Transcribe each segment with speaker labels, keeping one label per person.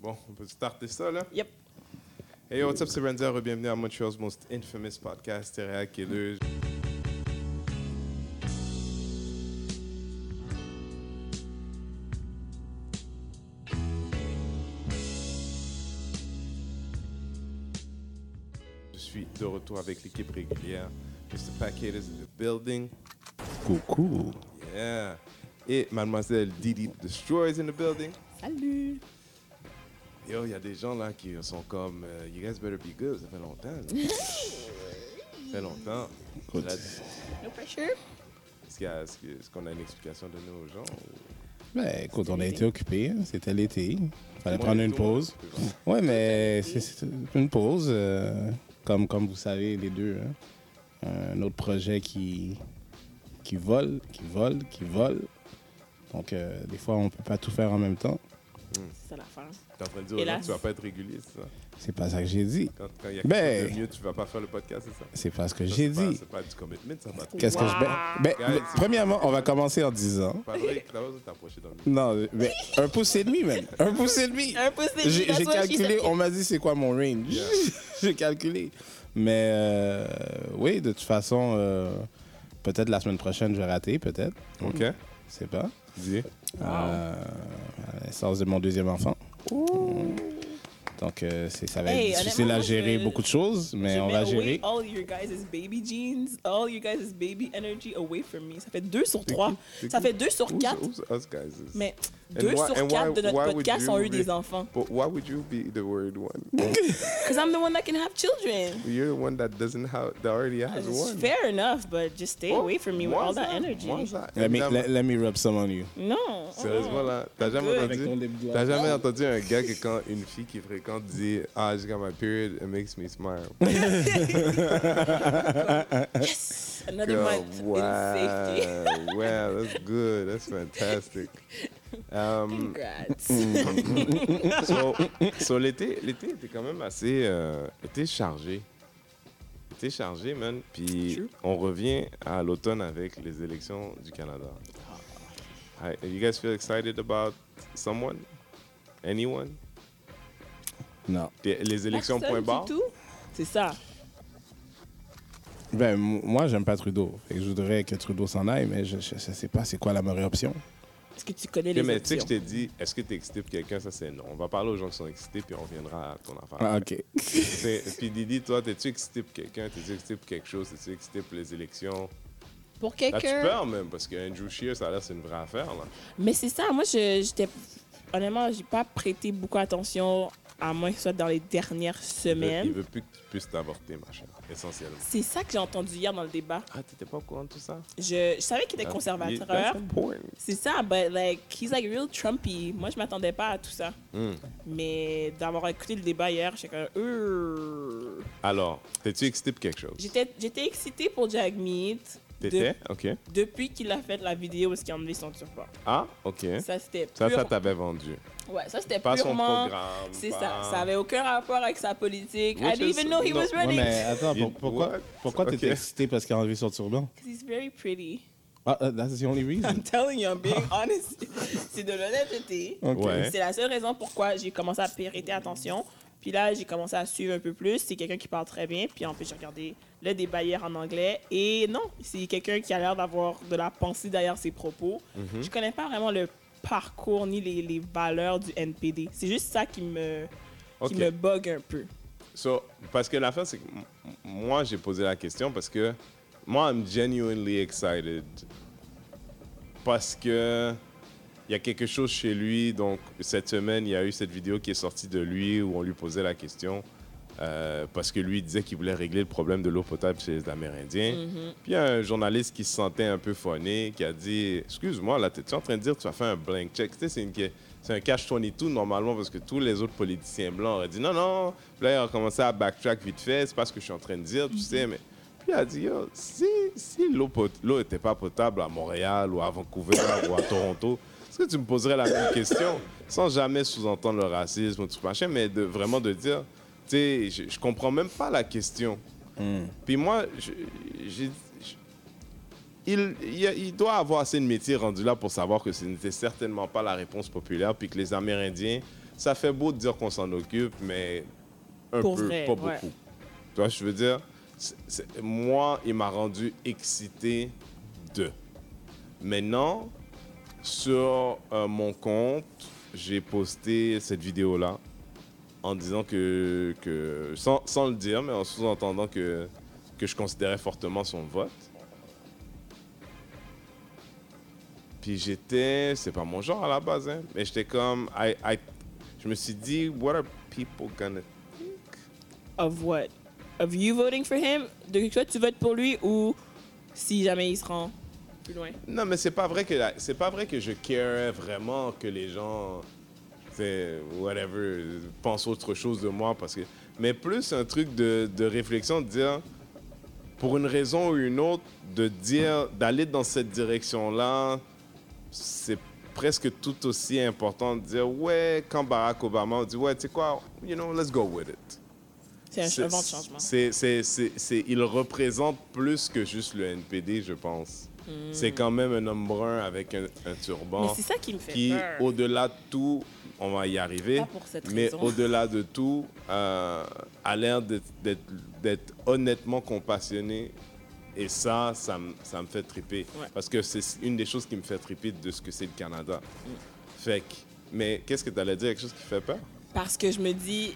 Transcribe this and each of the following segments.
Speaker 1: Bon, on peut starter ça, là?
Speaker 2: Yep.
Speaker 1: Hey, what's up, c'est Randy. Re- Bienvenue à Montreal's most infamous podcast, Stéréa Killers. Je suis de retour avec l'équipe régulière. Mr. Packet is in the building.
Speaker 3: Coucou.
Speaker 1: Yeah. Et Mademoiselle Didi Destroy is in the building.
Speaker 2: Salut.
Speaker 1: Yo, il y a des gens là qui sont comme euh, You guys better be good, ça fait longtemps. là. ça fait longtemps.
Speaker 3: Écoute,
Speaker 1: Là,
Speaker 2: No pressure.
Speaker 1: Est-ce qu'il y a- est-ce que- est-ce qu'on a une explication de nous aux gens ou-
Speaker 3: Ben, écoute, on a été occupés. hein. C'était l'été. Fallait
Speaker 1: Moi,
Speaker 3: prendre
Speaker 1: les
Speaker 3: une
Speaker 1: tours,
Speaker 3: pause.
Speaker 1: c'est bon.
Speaker 3: Ouais, mais c'est c'est une pause. euh, comme, comme vous savez, les deux. hein. Un autre projet qui, qui vole, qui vole, qui vole. Donc, euh, des fois, on ne peut pas tout faire en même temps.
Speaker 2: C'est ça l'affaire.
Speaker 1: T'es en train de dire aux gens
Speaker 2: Hélas.
Speaker 1: que tu vas pas être régulier, c'est ça
Speaker 3: C'est pas ça que j'ai dit.
Speaker 1: Quand quand il y a
Speaker 3: Ben.
Speaker 1: quelque chose de mieux, tu vas pas faire le podcast, c'est ça
Speaker 3: C'est pas ce que
Speaker 1: Ça,
Speaker 3: j'ai
Speaker 1: c'est pas-
Speaker 3: dit.
Speaker 1: C'est pas du commitment, ça va.
Speaker 3: Qu'est-ce que je. Ben, ben,
Speaker 1: Guys.
Speaker 3: premièrement, on va commencer en disant.
Speaker 1: Patrick, t'as besoin de t'approcher dans le micro.
Speaker 3: Non, mais un pouce et demi, même. Un pouce et demi.
Speaker 2: Un pouce et demi,
Speaker 3: J'ai
Speaker 2: that's
Speaker 3: j'ai
Speaker 2: what she
Speaker 3: calculé, oh,
Speaker 2: said.
Speaker 3: on m'a dit c'est quoi mon range.
Speaker 1: Yeah.
Speaker 3: J'ai calculé. Mais euh, oui, de toute façon, euh, peut-être la semaine prochaine, je vais rater, peut-être.
Speaker 1: Ok,
Speaker 3: Je sais pas.
Speaker 1: dis.
Speaker 3: Euh, à la naissance de mon deuxième enfant. Donc, euh, c'est- ça va
Speaker 2: Hey,
Speaker 3: être difficile à
Speaker 2: honnêtement,
Speaker 3: gérer
Speaker 2: je-
Speaker 3: beaucoup de choses, mais
Speaker 2: Je
Speaker 3: on
Speaker 2: mets Oh.
Speaker 3: va
Speaker 2: away
Speaker 3: gérer.
Speaker 2: all your guys' baby jeans, all your guys' baby energy away from me. Ça fait 2 sur 3.
Speaker 1: C'est
Speaker 2: Ça
Speaker 1: qui?
Speaker 2: fait 2 sur
Speaker 1: Who's-
Speaker 2: 4.
Speaker 1: who's us guys? Is-
Speaker 2: Mais
Speaker 1: And
Speaker 2: 2
Speaker 1: why-
Speaker 2: sur
Speaker 1: and
Speaker 2: 4 de
Speaker 1: why- why
Speaker 2: notre
Speaker 1: would
Speaker 2: podcast
Speaker 1: you
Speaker 2: ont eu des
Speaker 1: re-
Speaker 2: enfants.
Speaker 1: But why would you be the worried one?
Speaker 2: Because I'm the one that can have children.
Speaker 1: You're the one that doesn't have, that already has
Speaker 2: It's
Speaker 1: one. Oh,
Speaker 2: fair enough, but just stay away from me with all that energy.
Speaker 3: Let me, let, let me rub some on you.
Speaker 2: Non.
Speaker 1: Sérieusement, là, t'as jamais
Speaker 2: Good.
Speaker 3: Avec ton
Speaker 1: entendu,
Speaker 3: lip gloss.
Speaker 1: t'as jamais entendu un gars que quand une fille qui fréquente dit Ah, j'ai got my period, it makes me smile.
Speaker 2: Yes. Another
Speaker 1: Girl,
Speaker 2: month
Speaker 1: wow,
Speaker 2: in safety.
Speaker 1: wow, that's good, that's fantastic. Um,
Speaker 2: Congrats.
Speaker 1: so, so l'été, l'été était quand même assez, euh, était chargé, était chargé, man. Puis
Speaker 2: True.
Speaker 1: on revient à l'automne avec les élections du Canada.
Speaker 2: Ah.
Speaker 1: Hi, you guys feel excited about someone, anyone?
Speaker 3: Non.
Speaker 1: Les- Les élections
Speaker 2: Personne
Speaker 1: point
Speaker 2: du
Speaker 1: barre.
Speaker 2: tout? C'est ça.
Speaker 3: Ben, m- moi, j'aime pas Trudeau. Fait que je voudrais que Trudeau s'en aille, mais je, je, je sais pas c'est quoi la meilleure option.
Speaker 2: Est-ce que tu connais
Speaker 1: Ok,
Speaker 2: les
Speaker 1: mais tu sais que je
Speaker 2: options?
Speaker 1: t'ai dit, est-ce que t'es excité pour quelqu'un? Ça, c'est non. On va parler aux gens qui sont excités, puis on reviendra à ton affaire.
Speaker 3: Ah, OK.
Speaker 1: C'est- Puis Didi, toi, t'es-tu excité pour quelqu'un? T'es-tu excité pour quelque chose? T'es-tu excité pour les élections?
Speaker 2: Pour
Speaker 1: As-tu
Speaker 2: quelqu'un...
Speaker 1: peur même? Parce que Andrew Scheer, ça a l'air, c'est une vraie affaire, là.
Speaker 2: Mais c'est ça, moi, je- j'étais... Honnêtement, j'ai pas prêté beaucoup attention, à moins que ce soit dans les dernières
Speaker 1: Il veut, il
Speaker 2: semaines.
Speaker 1: veut plus que tu puisses t'avorter, machin, essentiellement.
Speaker 2: C'est ça que j'ai entendu hier dans le débat.
Speaker 1: Ah, t'étais pas au courant de tout ça?
Speaker 2: Je, je savais qu'il était
Speaker 1: Ah,
Speaker 2: conservateur.
Speaker 1: that's important.
Speaker 2: C'est ça, but like, he's like real Trumpy. Moi, je m'attendais pas à tout ça.
Speaker 1: Hmm.
Speaker 2: Mais d'avoir écouté le débat hier, j'étais comme... Euh...
Speaker 1: Alors, t'es-tu excité pour quelque chose?
Speaker 2: J'étais j'étais excitée pour Jagmeet.
Speaker 1: T'étais? OK.
Speaker 2: Depuis qu'il a fait la vidéo où est-ce qu'il a enlevé son turban.
Speaker 1: Ah, OK.
Speaker 2: Ça, c'était
Speaker 1: Ça,
Speaker 2: pure-
Speaker 1: ça t'avait vendu.
Speaker 2: Ouais, ça, c'était
Speaker 1: Pas son
Speaker 2: purement...
Speaker 1: programme.
Speaker 2: C'est
Speaker 1: pas-
Speaker 2: ça. Ça avait aucun rapport avec sa politique.
Speaker 1: Which
Speaker 2: I didn't
Speaker 1: is-
Speaker 2: even know he
Speaker 1: no,
Speaker 2: was
Speaker 1: ouais,
Speaker 3: Ouais,
Speaker 2: running.
Speaker 3: mais attends, pour-
Speaker 1: You-
Speaker 3: pourquoi,
Speaker 1: what?
Speaker 3: pourquoi t'étais
Speaker 1: Ok.
Speaker 3: excité parce qu'il a enlevé son turban?
Speaker 2: 'Cause he's very pretty.
Speaker 3: Ah, ah, that's the only reason.
Speaker 2: I'm telling you, I'm being honest. c'est de l'honnêteté.
Speaker 3: Ok.
Speaker 1: Ouais.
Speaker 2: C'est la seule raison pourquoi j'ai commencé à prêter attention. Puis là, j'ai commencé à suivre un peu plus. C'est quelqu'un qui parle très bien. Puis en plus, j'ai regardé le débat hier en anglais. Et non, c'est quelqu'un qui a l'air d'avoir de la pensée derrière ses propos.
Speaker 1: Mhm.
Speaker 2: Je connais pas vraiment le parcours ni les, les valeurs du NPD. C'est juste ça qui me,
Speaker 1: OK.
Speaker 2: qui me bug un peu.
Speaker 1: So, parce que l'affaire, c'est que m- m- moi, j'ai posé la question parce que moi, I'm genuinely excited. Parce que il y a quelque chose chez lui. Donc, cette semaine, il y a eu cette vidéo qui est sortie de lui où on lui posait la question. euh, parce que lui il disait qu'il voulait régler le problème de l'eau potable chez les Amérindiens. Puis il y a un journaliste qui se sentait un peu phoné, qui a dit Excuse-moi, là, t'es-tu en train de dire que tu as fait un blank check Tu sais, c'est une que- c'est un cash-22 normalement parce que tous les autres politiciens blancs auraient dit Non, non. Puis là, ils ont commencé à backtrack vite fait, c'est pas ce que je suis en train de dire, tu sais, mais. Puis il a dit Yo, si, si l'eau pot- l'eau était pas potable à Montréal ou à Vancouver ou à Toronto, est-ce que tu me poserais la même question sans jamais sous-entendre le racisme ou tout machin, mais de, vraiment de dire Tu sais, je, je comprends même pas la question. Puis moi, je- j'ai- je- il, il y a- il doit avoir assez de métier rendu là pour savoir que ce n'était certainement pas la réponse populaire, puis que les Amérindiens ça fait beau de dire qu'on s'en occupe, mais un
Speaker 2: Pour
Speaker 1: peu,
Speaker 2: vrai,
Speaker 1: pas
Speaker 2: ouais.
Speaker 1: beaucoup. Tu vois, je veux dire, c'est- c'est- moi, il m'a rendu excité de. Maintenant, sur euh, mon compte, j'ai posté cette vidéo-là en disant que, que sans, sans le dire, mais en sous-entendant que, que je considérais fortement son vote. Puis j'étais, c'est pas mon genre à la base, hein, mais j'étais comme, I, I- je me suis dit, what are people gonna
Speaker 2: Of what? Of you voting for him? De toi, tu votes pour lui ou si jamais il se rend plus loin?
Speaker 1: Non, mais c'est pas vrai que la- c'est pas vrai que je carais vraiment que les gens, c'est whatever, pensent autre chose de moi parce que, mais plus un truc de, de réflexion, de dire pour une raison ou une autre, de dire d'aller dans cette direction-là, c'est presque tout aussi important de dire ouais quand Barack Obama on dit ouais tu sais quoi, you know, let's go with it.
Speaker 2: C'est un
Speaker 1: C'est-
Speaker 2: vent de changement.
Speaker 1: c'est- c'est- c'est- c'est- il représente plus que juste le NPD, je pense. C'est quand même un homme brun avec un, un
Speaker 2: Hmm. Mais
Speaker 1: turban
Speaker 2: c'est ça qui me fait
Speaker 1: qui,
Speaker 2: peur.
Speaker 1: au-delà de tout, on va y arriver,
Speaker 2: Pas pour cette
Speaker 1: mais
Speaker 2: raison.
Speaker 1: au-delà de tout, euh, a l'air d'être- d'être d'être honnêtement compassionné. Et ça, ça, me- ça me fait triper.
Speaker 2: Ouais.
Speaker 1: Parce que c'est une des choses qui me fait triper de ce que c'est le Canada.
Speaker 2: Hmm.
Speaker 1: Fait que- mais qu'est-ce que tu allais dire? Quelque chose qui fait peur?
Speaker 2: Parce que je me dis,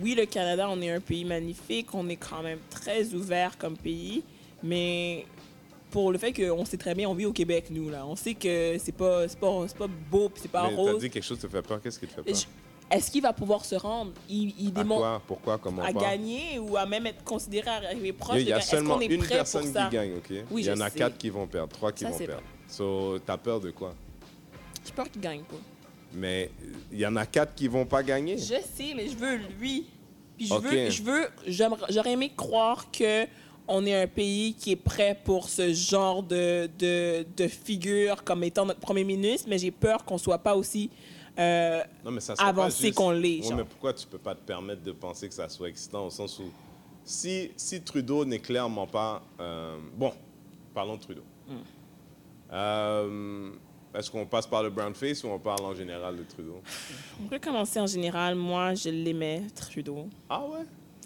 Speaker 2: oui, le Canada, on est un pays magnifique, on est quand même très ouvert comme pays, mais pour le fait qu'on sait très bien, on vit au Québec, nous, là. On sait que c'est pas, c'est pas, c'est pas beau, puis c'est pas
Speaker 1: mais t'as
Speaker 2: rose.
Speaker 1: dit quelque chose qui te fait peur. Qu'est-ce qui te fait peur?
Speaker 2: Bah, Je- Est-ce qu'il va pouvoir se rendre? Il, il
Speaker 1: À
Speaker 2: démontre
Speaker 1: quoi? Pourquoi? Comment?
Speaker 2: à
Speaker 1: pas?
Speaker 2: gagner ou à même être considéré à arriver proche
Speaker 1: Il y
Speaker 2: de
Speaker 1: a
Speaker 2: gagner. Est-ce qu'on
Speaker 1: seulement
Speaker 2: est
Speaker 1: une
Speaker 2: prêt
Speaker 1: personne
Speaker 2: pour ça?
Speaker 1: qui gagne, ok?
Speaker 2: Oui,
Speaker 1: Il y
Speaker 2: je
Speaker 1: en a
Speaker 2: sais.
Speaker 1: quatre qui vont perdre, trois qui
Speaker 2: Ça,
Speaker 1: vont
Speaker 2: c'est
Speaker 1: perdre. So, t'as peur de quoi?
Speaker 2: J'ai peur qu'il gagne pas.
Speaker 1: Mais euh, il y en a quatre qui vont pas gagner.
Speaker 2: Je sais, mais je veux lui. Puis je
Speaker 1: Ok.
Speaker 2: veux, je veux, j'aimerais- j'aurais aimé croire que on est un pays qui est prêt pour ce genre de, de, de figure comme étant notre premier ministre, mais j'ai peur qu'on soit pas aussi. euh,
Speaker 1: Non, mais ça sera
Speaker 2: Avancer
Speaker 1: pas juste-
Speaker 2: qu'on l'ait,
Speaker 1: Ouais,
Speaker 2: genre.
Speaker 1: mais pourquoi tu peux pas te permettre de penser que ça soit excitant au sens où si, si Trudeau n'est clairement pas. euh, bon, parlons de Trudeau.
Speaker 2: Hmm.
Speaker 1: Euh, Est-ce qu'on passe par le brown face ou on parle en général de Trudeau?
Speaker 2: on peut commencer en général. Moi, je l'aimais Trudeau.
Speaker 1: Ah ouais?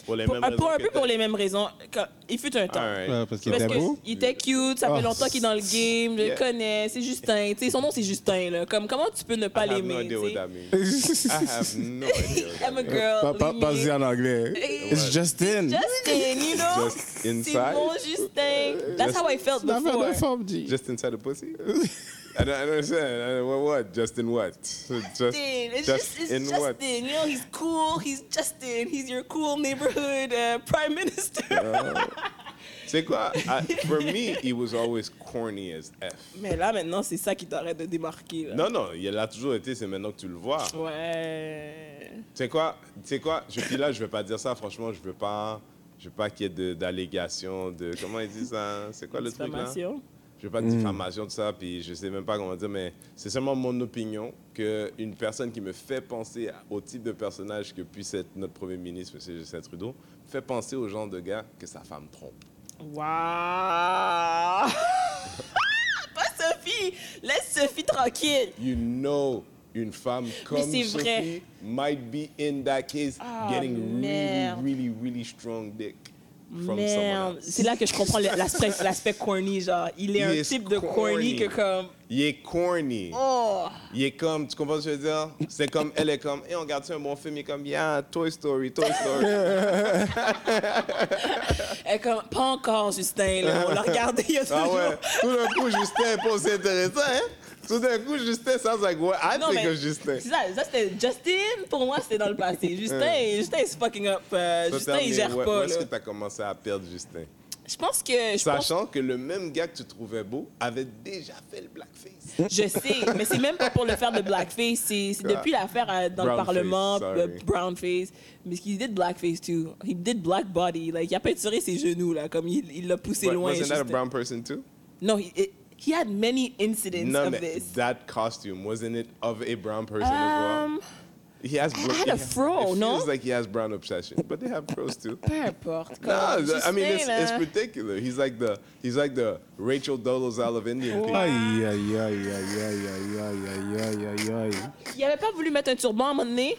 Speaker 1: Pour les
Speaker 2: Pour,
Speaker 1: mêmes
Speaker 2: un- pour
Speaker 1: raisons que
Speaker 2: un peu
Speaker 1: t'as- Ah,
Speaker 2: pour les mêmes raisons. Quand- Il fut un temps.
Speaker 1: Alright.
Speaker 3: Ouais, parce qu'il
Speaker 2: Parce
Speaker 3: était
Speaker 2: que
Speaker 3: beau.
Speaker 2: il était cute, ça fait
Speaker 3: Oh,
Speaker 2: longtemps qu'il est dans le game, je
Speaker 1: Ah. yeah.
Speaker 2: le connais, c'est Justin, tu sais, son nom c'est Justin là. Comme comment tu peux ne pas
Speaker 1: I have no
Speaker 2: l'aimer
Speaker 1: idea
Speaker 2: tu
Speaker 1: what
Speaker 2: sais?
Speaker 1: that means. I have no idea. what that
Speaker 2: I'm a
Speaker 1: means.
Speaker 2: girl.
Speaker 3: Ah, Pas, pas,
Speaker 2: leave
Speaker 3: pas
Speaker 2: me.
Speaker 3: dit en anglais.
Speaker 2: Hey.
Speaker 3: It's Justin.
Speaker 2: Justin, you know?
Speaker 1: Just
Speaker 2: C'est mon
Speaker 1: inside?
Speaker 2: Justin. That's
Speaker 1: Just-
Speaker 2: how I felt
Speaker 3: La
Speaker 2: before.
Speaker 3: forme, G.
Speaker 1: Just inside the pussy? I don't, I don't understand. I don't- what, what? Just in what? Just,
Speaker 2: Justin.
Speaker 1: just
Speaker 2: It's just, it's
Speaker 1: in
Speaker 2: Justin.
Speaker 1: what?
Speaker 2: You know, he's cool. He's Justin. He's your cool neighborhood uh, prime minister.
Speaker 1: C'est quoi? I, for me, he was always corny as F.
Speaker 2: Mais là, maintenant, c'est ça qui t'arrête de démarquer. Là.
Speaker 1: Non, non, il a toujours été, c'est maintenant que tu le vois. Tu
Speaker 2: Ouais.
Speaker 1: sais quoi? Tu sais quoi? Je, puis là, je vais pas dire ça, franchement, je veux pas, je veux pas qu'il y ait de- d'allégations, de, Comment il dit ça? C'est quoi le truc là?
Speaker 2: Diffamation.
Speaker 1: Je veux pas de diffamation de ça, puis je sais même pas comment dire, mais c'est seulement mon opinion qu'une personne qui me fait penser à- au type de personnage que puisse être notre Premier ministre, M. Justin Trudeau, fait penser au genre de gars que sa femme trompe.
Speaker 2: Waouh. Pas Sophie. Laisse Sophie tranquille.
Speaker 1: You know, une femme comme
Speaker 2: c'est
Speaker 1: Sophie
Speaker 2: vrai.
Speaker 1: might be in that case
Speaker 2: Ah,
Speaker 1: getting
Speaker 2: merde.
Speaker 1: really, really, really strong dick from someone
Speaker 2: Merde.
Speaker 1: else.
Speaker 2: C'est là que je comprends le- l'aspect l'aspect corny. Genre, il est
Speaker 1: He
Speaker 2: un
Speaker 1: is
Speaker 2: type de corny
Speaker 1: corny.
Speaker 2: que comme.
Speaker 1: Il est corny.
Speaker 2: Oh.
Speaker 1: Il est comme, tu comprends ce que je veux dire? C'est comme, elle est comme, et on regarde un bon film, il est comme, yeah, Toy Story, Toy Story.
Speaker 2: Elle est comme, pas encore, Justin. Là. On l'a regardé il y a deux
Speaker 1: Ah ouais,
Speaker 2: jours.
Speaker 1: tout d'un coup, Justin est pas aussi intéressant, hein? Tout d'un coup, Justin, ça, ça quoi? I
Speaker 2: Non,
Speaker 1: think
Speaker 2: mais
Speaker 1: of Justin.
Speaker 2: C'est ça, ça c'était Justin, pour moi c'était dans le passé. Justin, Justin is fucking up. euh,
Speaker 1: Toi,
Speaker 2: Justin
Speaker 1: t'as mis-
Speaker 2: il gère
Speaker 1: ouais, où
Speaker 2: pas.
Speaker 1: est-ce
Speaker 2: là.
Speaker 1: que t'as commencé à perdre Justin?
Speaker 2: Je pense que. Je, pense-
Speaker 1: Sachant que le même gars que tu trouvais beau avait déjà fait le blackface.
Speaker 2: je sais, mais c'est même pas pour le faire de blackface. C'est c'est depuis l'affaire euh, dans le
Speaker 1: Brownface,
Speaker 2: Parlement,
Speaker 1: sorry.
Speaker 2: euh, brownface. Mais qu'il did blackface too. He did black body. Like, il a peinturé ses genoux, là, comme il il l'a poussé
Speaker 1: Wa-
Speaker 2: loin.
Speaker 1: Wasn't that a
Speaker 2: Justin.
Speaker 1: brown person too?
Speaker 2: Non, he, it- he had many incidents
Speaker 1: Non,
Speaker 2: of
Speaker 1: mais
Speaker 2: this.
Speaker 1: that costume, wasn't it of a brown person as well?
Speaker 2: Um,
Speaker 1: he has. bro-
Speaker 2: I had a
Speaker 1: he-
Speaker 2: fro,
Speaker 1: it
Speaker 2: no?
Speaker 1: feels like he has brown obsession, but they have fros too.
Speaker 2: Peu importe. comme,
Speaker 1: No,
Speaker 2: je
Speaker 1: I mean
Speaker 2: sais,
Speaker 1: it's,
Speaker 2: là.
Speaker 1: it's particular. He's like the he's like the Rachel Dolezal of Indian
Speaker 2: Oh,
Speaker 1: people.
Speaker 3: Aïe, aïe, aïe, aïe, aïe, aïe, aïe, aïe, aïe, aïe.
Speaker 2: Il n'avait pas voulu mettre un turban à un moment donné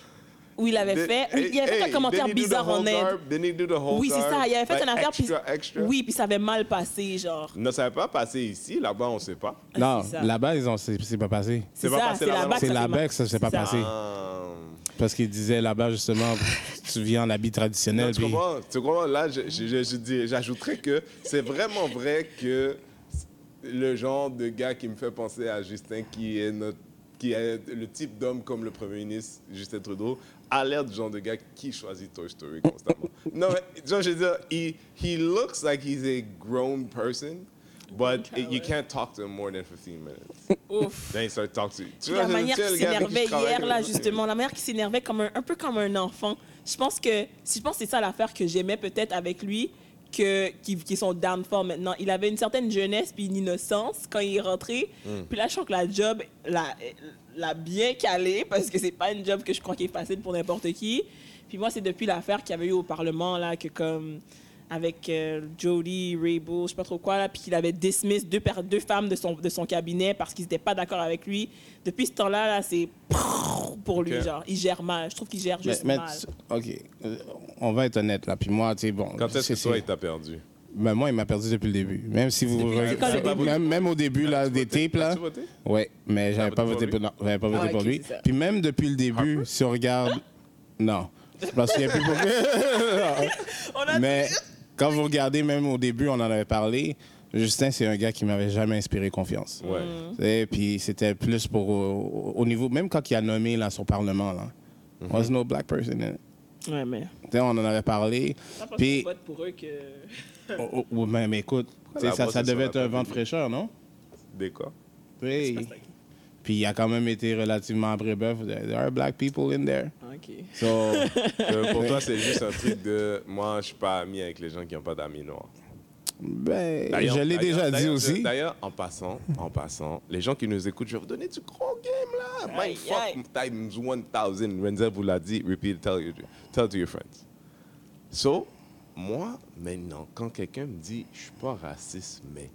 Speaker 2: où il l'avait
Speaker 1: Did-
Speaker 2: fait.
Speaker 1: hey,
Speaker 2: il avait fait
Speaker 1: hey,
Speaker 2: un commentaire
Speaker 1: didn't he do the
Speaker 2: bizarre en
Speaker 1: whole
Speaker 2: aide.
Speaker 1: garb? Didn't he do the whole
Speaker 2: Oui, c'est
Speaker 1: garb?
Speaker 2: ça. Il avait fait
Speaker 1: Like
Speaker 2: une affaire.
Speaker 1: extra,
Speaker 2: puis,
Speaker 1: extra.
Speaker 2: Oui, puis ça avait mal passé, genre.
Speaker 1: Ne ça va pas passer ici, là-bas, on sait pas.
Speaker 3: Non,
Speaker 2: Ah, c'est ça.
Speaker 3: là-bas, ils ont, c'est, c'est pas passé.
Speaker 2: C'est
Speaker 1: pas
Speaker 2: ça,
Speaker 1: passé
Speaker 2: c'est
Speaker 1: là-bas,
Speaker 2: là-bas
Speaker 1: non?
Speaker 2: que
Speaker 3: C'est
Speaker 2: ça fait mal.
Speaker 3: là-bas que ça s'est pas
Speaker 1: Ah.
Speaker 2: C'est ça.
Speaker 3: passé.
Speaker 1: Hum.
Speaker 3: Parce qu'ils disaient là-bas, justement, tu viens en habit traditionnel.
Speaker 1: Tu
Speaker 3: puis-
Speaker 1: comprends? Tu comprends? Là, je- je- je- je dis- j'ajouterais que c'est vraiment vrai que le genre de gars qui me fait penser à Justin, qui est, notre, qui est le type d'homme comme le premier ministre Justin Trudeau, a l'air du genre de gars qui choisit Toy Story constamment. non, mais genre, je veux dire, he, he looks like he's a grown person. But
Speaker 2: Grown
Speaker 1: you
Speaker 2: child.
Speaker 1: can't talk to him more than 15 minutes.
Speaker 2: Ouf.
Speaker 1: Then he starts talking to you. Tu vois,
Speaker 2: la
Speaker 1: je-
Speaker 2: manière
Speaker 1: tu sais,
Speaker 2: qu'il
Speaker 1: le gars avec qui je
Speaker 2: s'énervait
Speaker 1: travaille,
Speaker 2: hier, là,
Speaker 1: comme-
Speaker 2: justement, la manière qu'il s'énervait comme un, un peu comme un enfant. Je pense que, je pense que c'est ça l'affaire que j'aimais peut-être avec lui, que, qui, qui est son downfall maintenant. Il avait une certaine jeunesse puis une innocence quand il est rentré. Puis là, je crois que la job l'a, l'a bien calé parce que c'est pas une job que je crois qui est facile pour n'importe qui. Puis moi, c'est depuis l'affaire qu'il y avait eu au Parlement, là, que comme avec euh, Jody Raybould, je sais pas trop quoi, là, puis qu'il avait dismiss deux, per- deux femmes de son, de son cabinet parce qu'ils n'étaient pas d'accord avec lui. Depuis ce temps-là, là, c'est pour lui,
Speaker 1: Ok.
Speaker 2: genre. Il gère mal. Je trouve qu'il gère
Speaker 3: Mais,
Speaker 2: juste
Speaker 3: mais
Speaker 2: mal.
Speaker 3: tu- OK, euh, on va être honnête, là. Puis moi, tu sais, bon...
Speaker 1: Quand est-ce
Speaker 3: c'est-
Speaker 1: que toi,
Speaker 3: c'est-
Speaker 1: il t'a perdu?
Speaker 3: Ben, moi, il m'a perdu depuis le début. Même si vous...
Speaker 2: Depuis- c'est quoi le
Speaker 3: Même-
Speaker 1: début?
Speaker 3: même, même au début, là,
Speaker 1: As-tu
Speaker 3: des
Speaker 1: voté?
Speaker 3: tapes, là...
Speaker 1: As-tu voté? Ah,
Speaker 3: Ouais, mais j'avais
Speaker 1: voté Ah.
Speaker 3: pas
Speaker 1: pour
Speaker 3: voté
Speaker 1: lui?
Speaker 3: pour, non, j'avais pas voté
Speaker 2: Ah,
Speaker 3: pour
Speaker 2: ok,
Speaker 3: lui.
Speaker 2: c'est ça.
Speaker 3: Puis même depuis le début, si on regarde... Non, parce qu'il y a plus beaucoup...
Speaker 2: On a
Speaker 3: Mais quand vous regardez, même au début, on en avait parlé. Justin, c'est un gars qui m'avait jamais inspiré confiance.
Speaker 1: Ouais.
Speaker 2: Mm.
Speaker 3: Et puis c'était plus pour au, au niveau, même quand il a nommé là, son parlement, là.
Speaker 1: Mhm.
Speaker 3: Was no black person. in it.
Speaker 2: Ouais, mais.
Speaker 3: Tu sais, On en avait parlé. Puis,
Speaker 2: vote pour eux que.
Speaker 3: oh, oh, oh, mais, mais écoute, tu sais,
Speaker 1: la
Speaker 3: ça,
Speaker 1: voix,
Speaker 3: ça
Speaker 1: c'est sur
Speaker 3: devait
Speaker 1: la
Speaker 3: être un vent de
Speaker 1: public.
Speaker 3: fraîcheur, non?
Speaker 1: Des quoi?
Speaker 3: Oui. Puis il a quand même été relativement à Brébeuf. There are black people in there.
Speaker 2: Ok.
Speaker 3: So,
Speaker 1: Euh, pour toi, c'est juste un truc de moi, je suis pas ami avec les gens qui n'ont pas d'amis noirs.
Speaker 3: ben,
Speaker 1: D'ailleurs-
Speaker 3: je l'ai
Speaker 1: d'ailleurs-
Speaker 3: déjà dit
Speaker 1: d'ailleurs,
Speaker 3: aussi.
Speaker 1: D'ailleurs, en passant, en passant, les gens qui nous écoutent, je vais vous donner du gros game là.
Speaker 2: Aïe,
Speaker 1: Mind fuck
Speaker 2: aïe.
Speaker 1: times 1000. Renzel vous l'a dit. Repeat, tell, your, tell to your friends. So, moi, maintenant, quand quelqu'un me dit, je suis pas raciste, mais,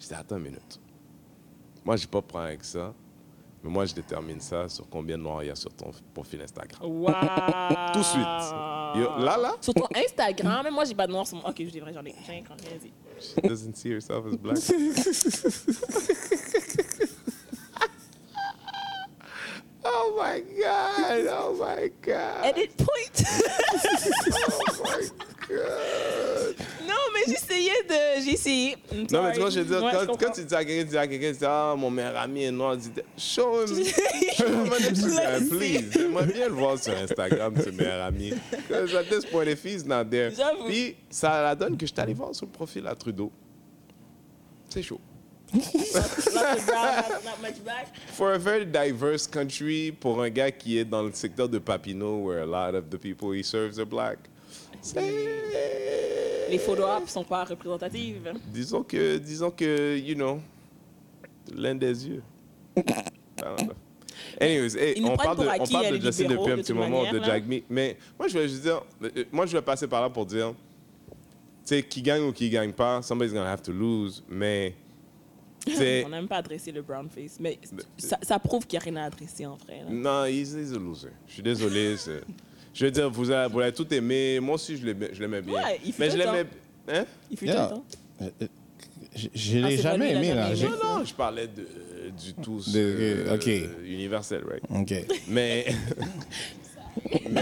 Speaker 1: je dis, attends une minute. Moi, j'ai pas de problème avec ça. Mais moi, je détermine ça sur combien de noirs il y a sur ton profil Instagram.
Speaker 2: Wow.
Speaker 1: Tout de suite. Yo, là, là,
Speaker 2: Sur ton Instagram, même moi, j'ai pas de noir sur moi. Ok, je devrais, j'en ai. J'ai rien dit.
Speaker 1: she doesn't see herself as black. Oh my god! Oh my god!
Speaker 2: Edit point.
Speaker 1: Oh my god!
Speaker 2: non, mais j'essayais de. J'ai essayé. I'm
Speaker 1: Non, mais tu vois,
Speaker 2: sorry.
Speaker 1: je veux dire,
Speaker 2: Ouais,
Speaker 1: quand-
Speaker 2: je
Speaker 1: quand,
Speaker 2: comprends.
Speaker 1: tu dis à quelqu'un, tu dis à quelqu'un, tu dis Ah, mon meilleur ami est noir, dis Show him! Show him on Instagram, please! J'aimerais bien le voir sur Instagram, ce meilleur ami. Because at this point, if he's not there.
Speaker 2: J'avoue.
Speaker 1: Puis, ça la donne que je suis allé voir son profil à Trudeau. C'est chaud.
Speaker 2: Lots of brown, not- not much black.
Speaker 1: For a very diverse country, pour un gars qui est dans le secteur de Papineau, where a lot of the people he serves are black, c'est...
Speaker 2: Les photos apps sont pas représentatives.
Speaker 1: Disons que, disons que, you know, l'un des yeux. I don't know. Anyways, hey,
Speaker 2: Ils nous
Speaker 1: on
Speaker 2: prennent
Speaker 1: parle, de,
Speaker 2: pour
Speaker 1: on
Speaker 2: acquis,
Speaker 1: parle
Speaker 2: les
Speaker 1: de Justin
Speaker 2: libéraux,
Speaker 1: depuis un
Speaker 2: de
Speaker 1: petit
Speaker 2: toute
Speaker 1: moment, de
Speaker 2: manière, hein. là.
Speaker 1: Jack Me. Mais moi, je vais juste dire, euh, euh, moi, je vais passer par là pour dire, tu sais, qui gagne ou qui gagne pas, somebody's gonna have to lose, mais, tu sais,
Speaker 2: On n'a même pas adressé le brown face, mais ça, ça prouve qu'il n'y a rien à adresser en vrai. là.
Speaker 1: Non, he's, he's a loser. Je suis désolé. c'est- Je veux dire, vous avez, vous l'avez tout aimé. Moi aussi, je l'aimais je l'aimais bien.
Speaker 2: Ouais, il fut
Speaker 1: Mais je
Speaker 2: un
Speaker 1: l'aimais. Hein?
Speaker 2: Il fut
Speaker 3: Yeah.
Speaker 2: un temps.
Speaker 3: Euh, euh, Je je
Speaker 2: Ah, c'est
Speaker 3: l'ai
Speaker 2: pas lui,
Speaker 3: jamais
Speaker 2: il a
Speaker 3: aimé, là.
Speaker 2: jamais
Speaker 3: J'ai-
Speaker 1: Non, non, je parlais de, euh, du tout
Speaker 3: De-
Speaker 1: euh,
Speaker 3: ok.
Speaker 1: universel, right?
Speaker 3: OK.
Speaker 1: Mais. mais-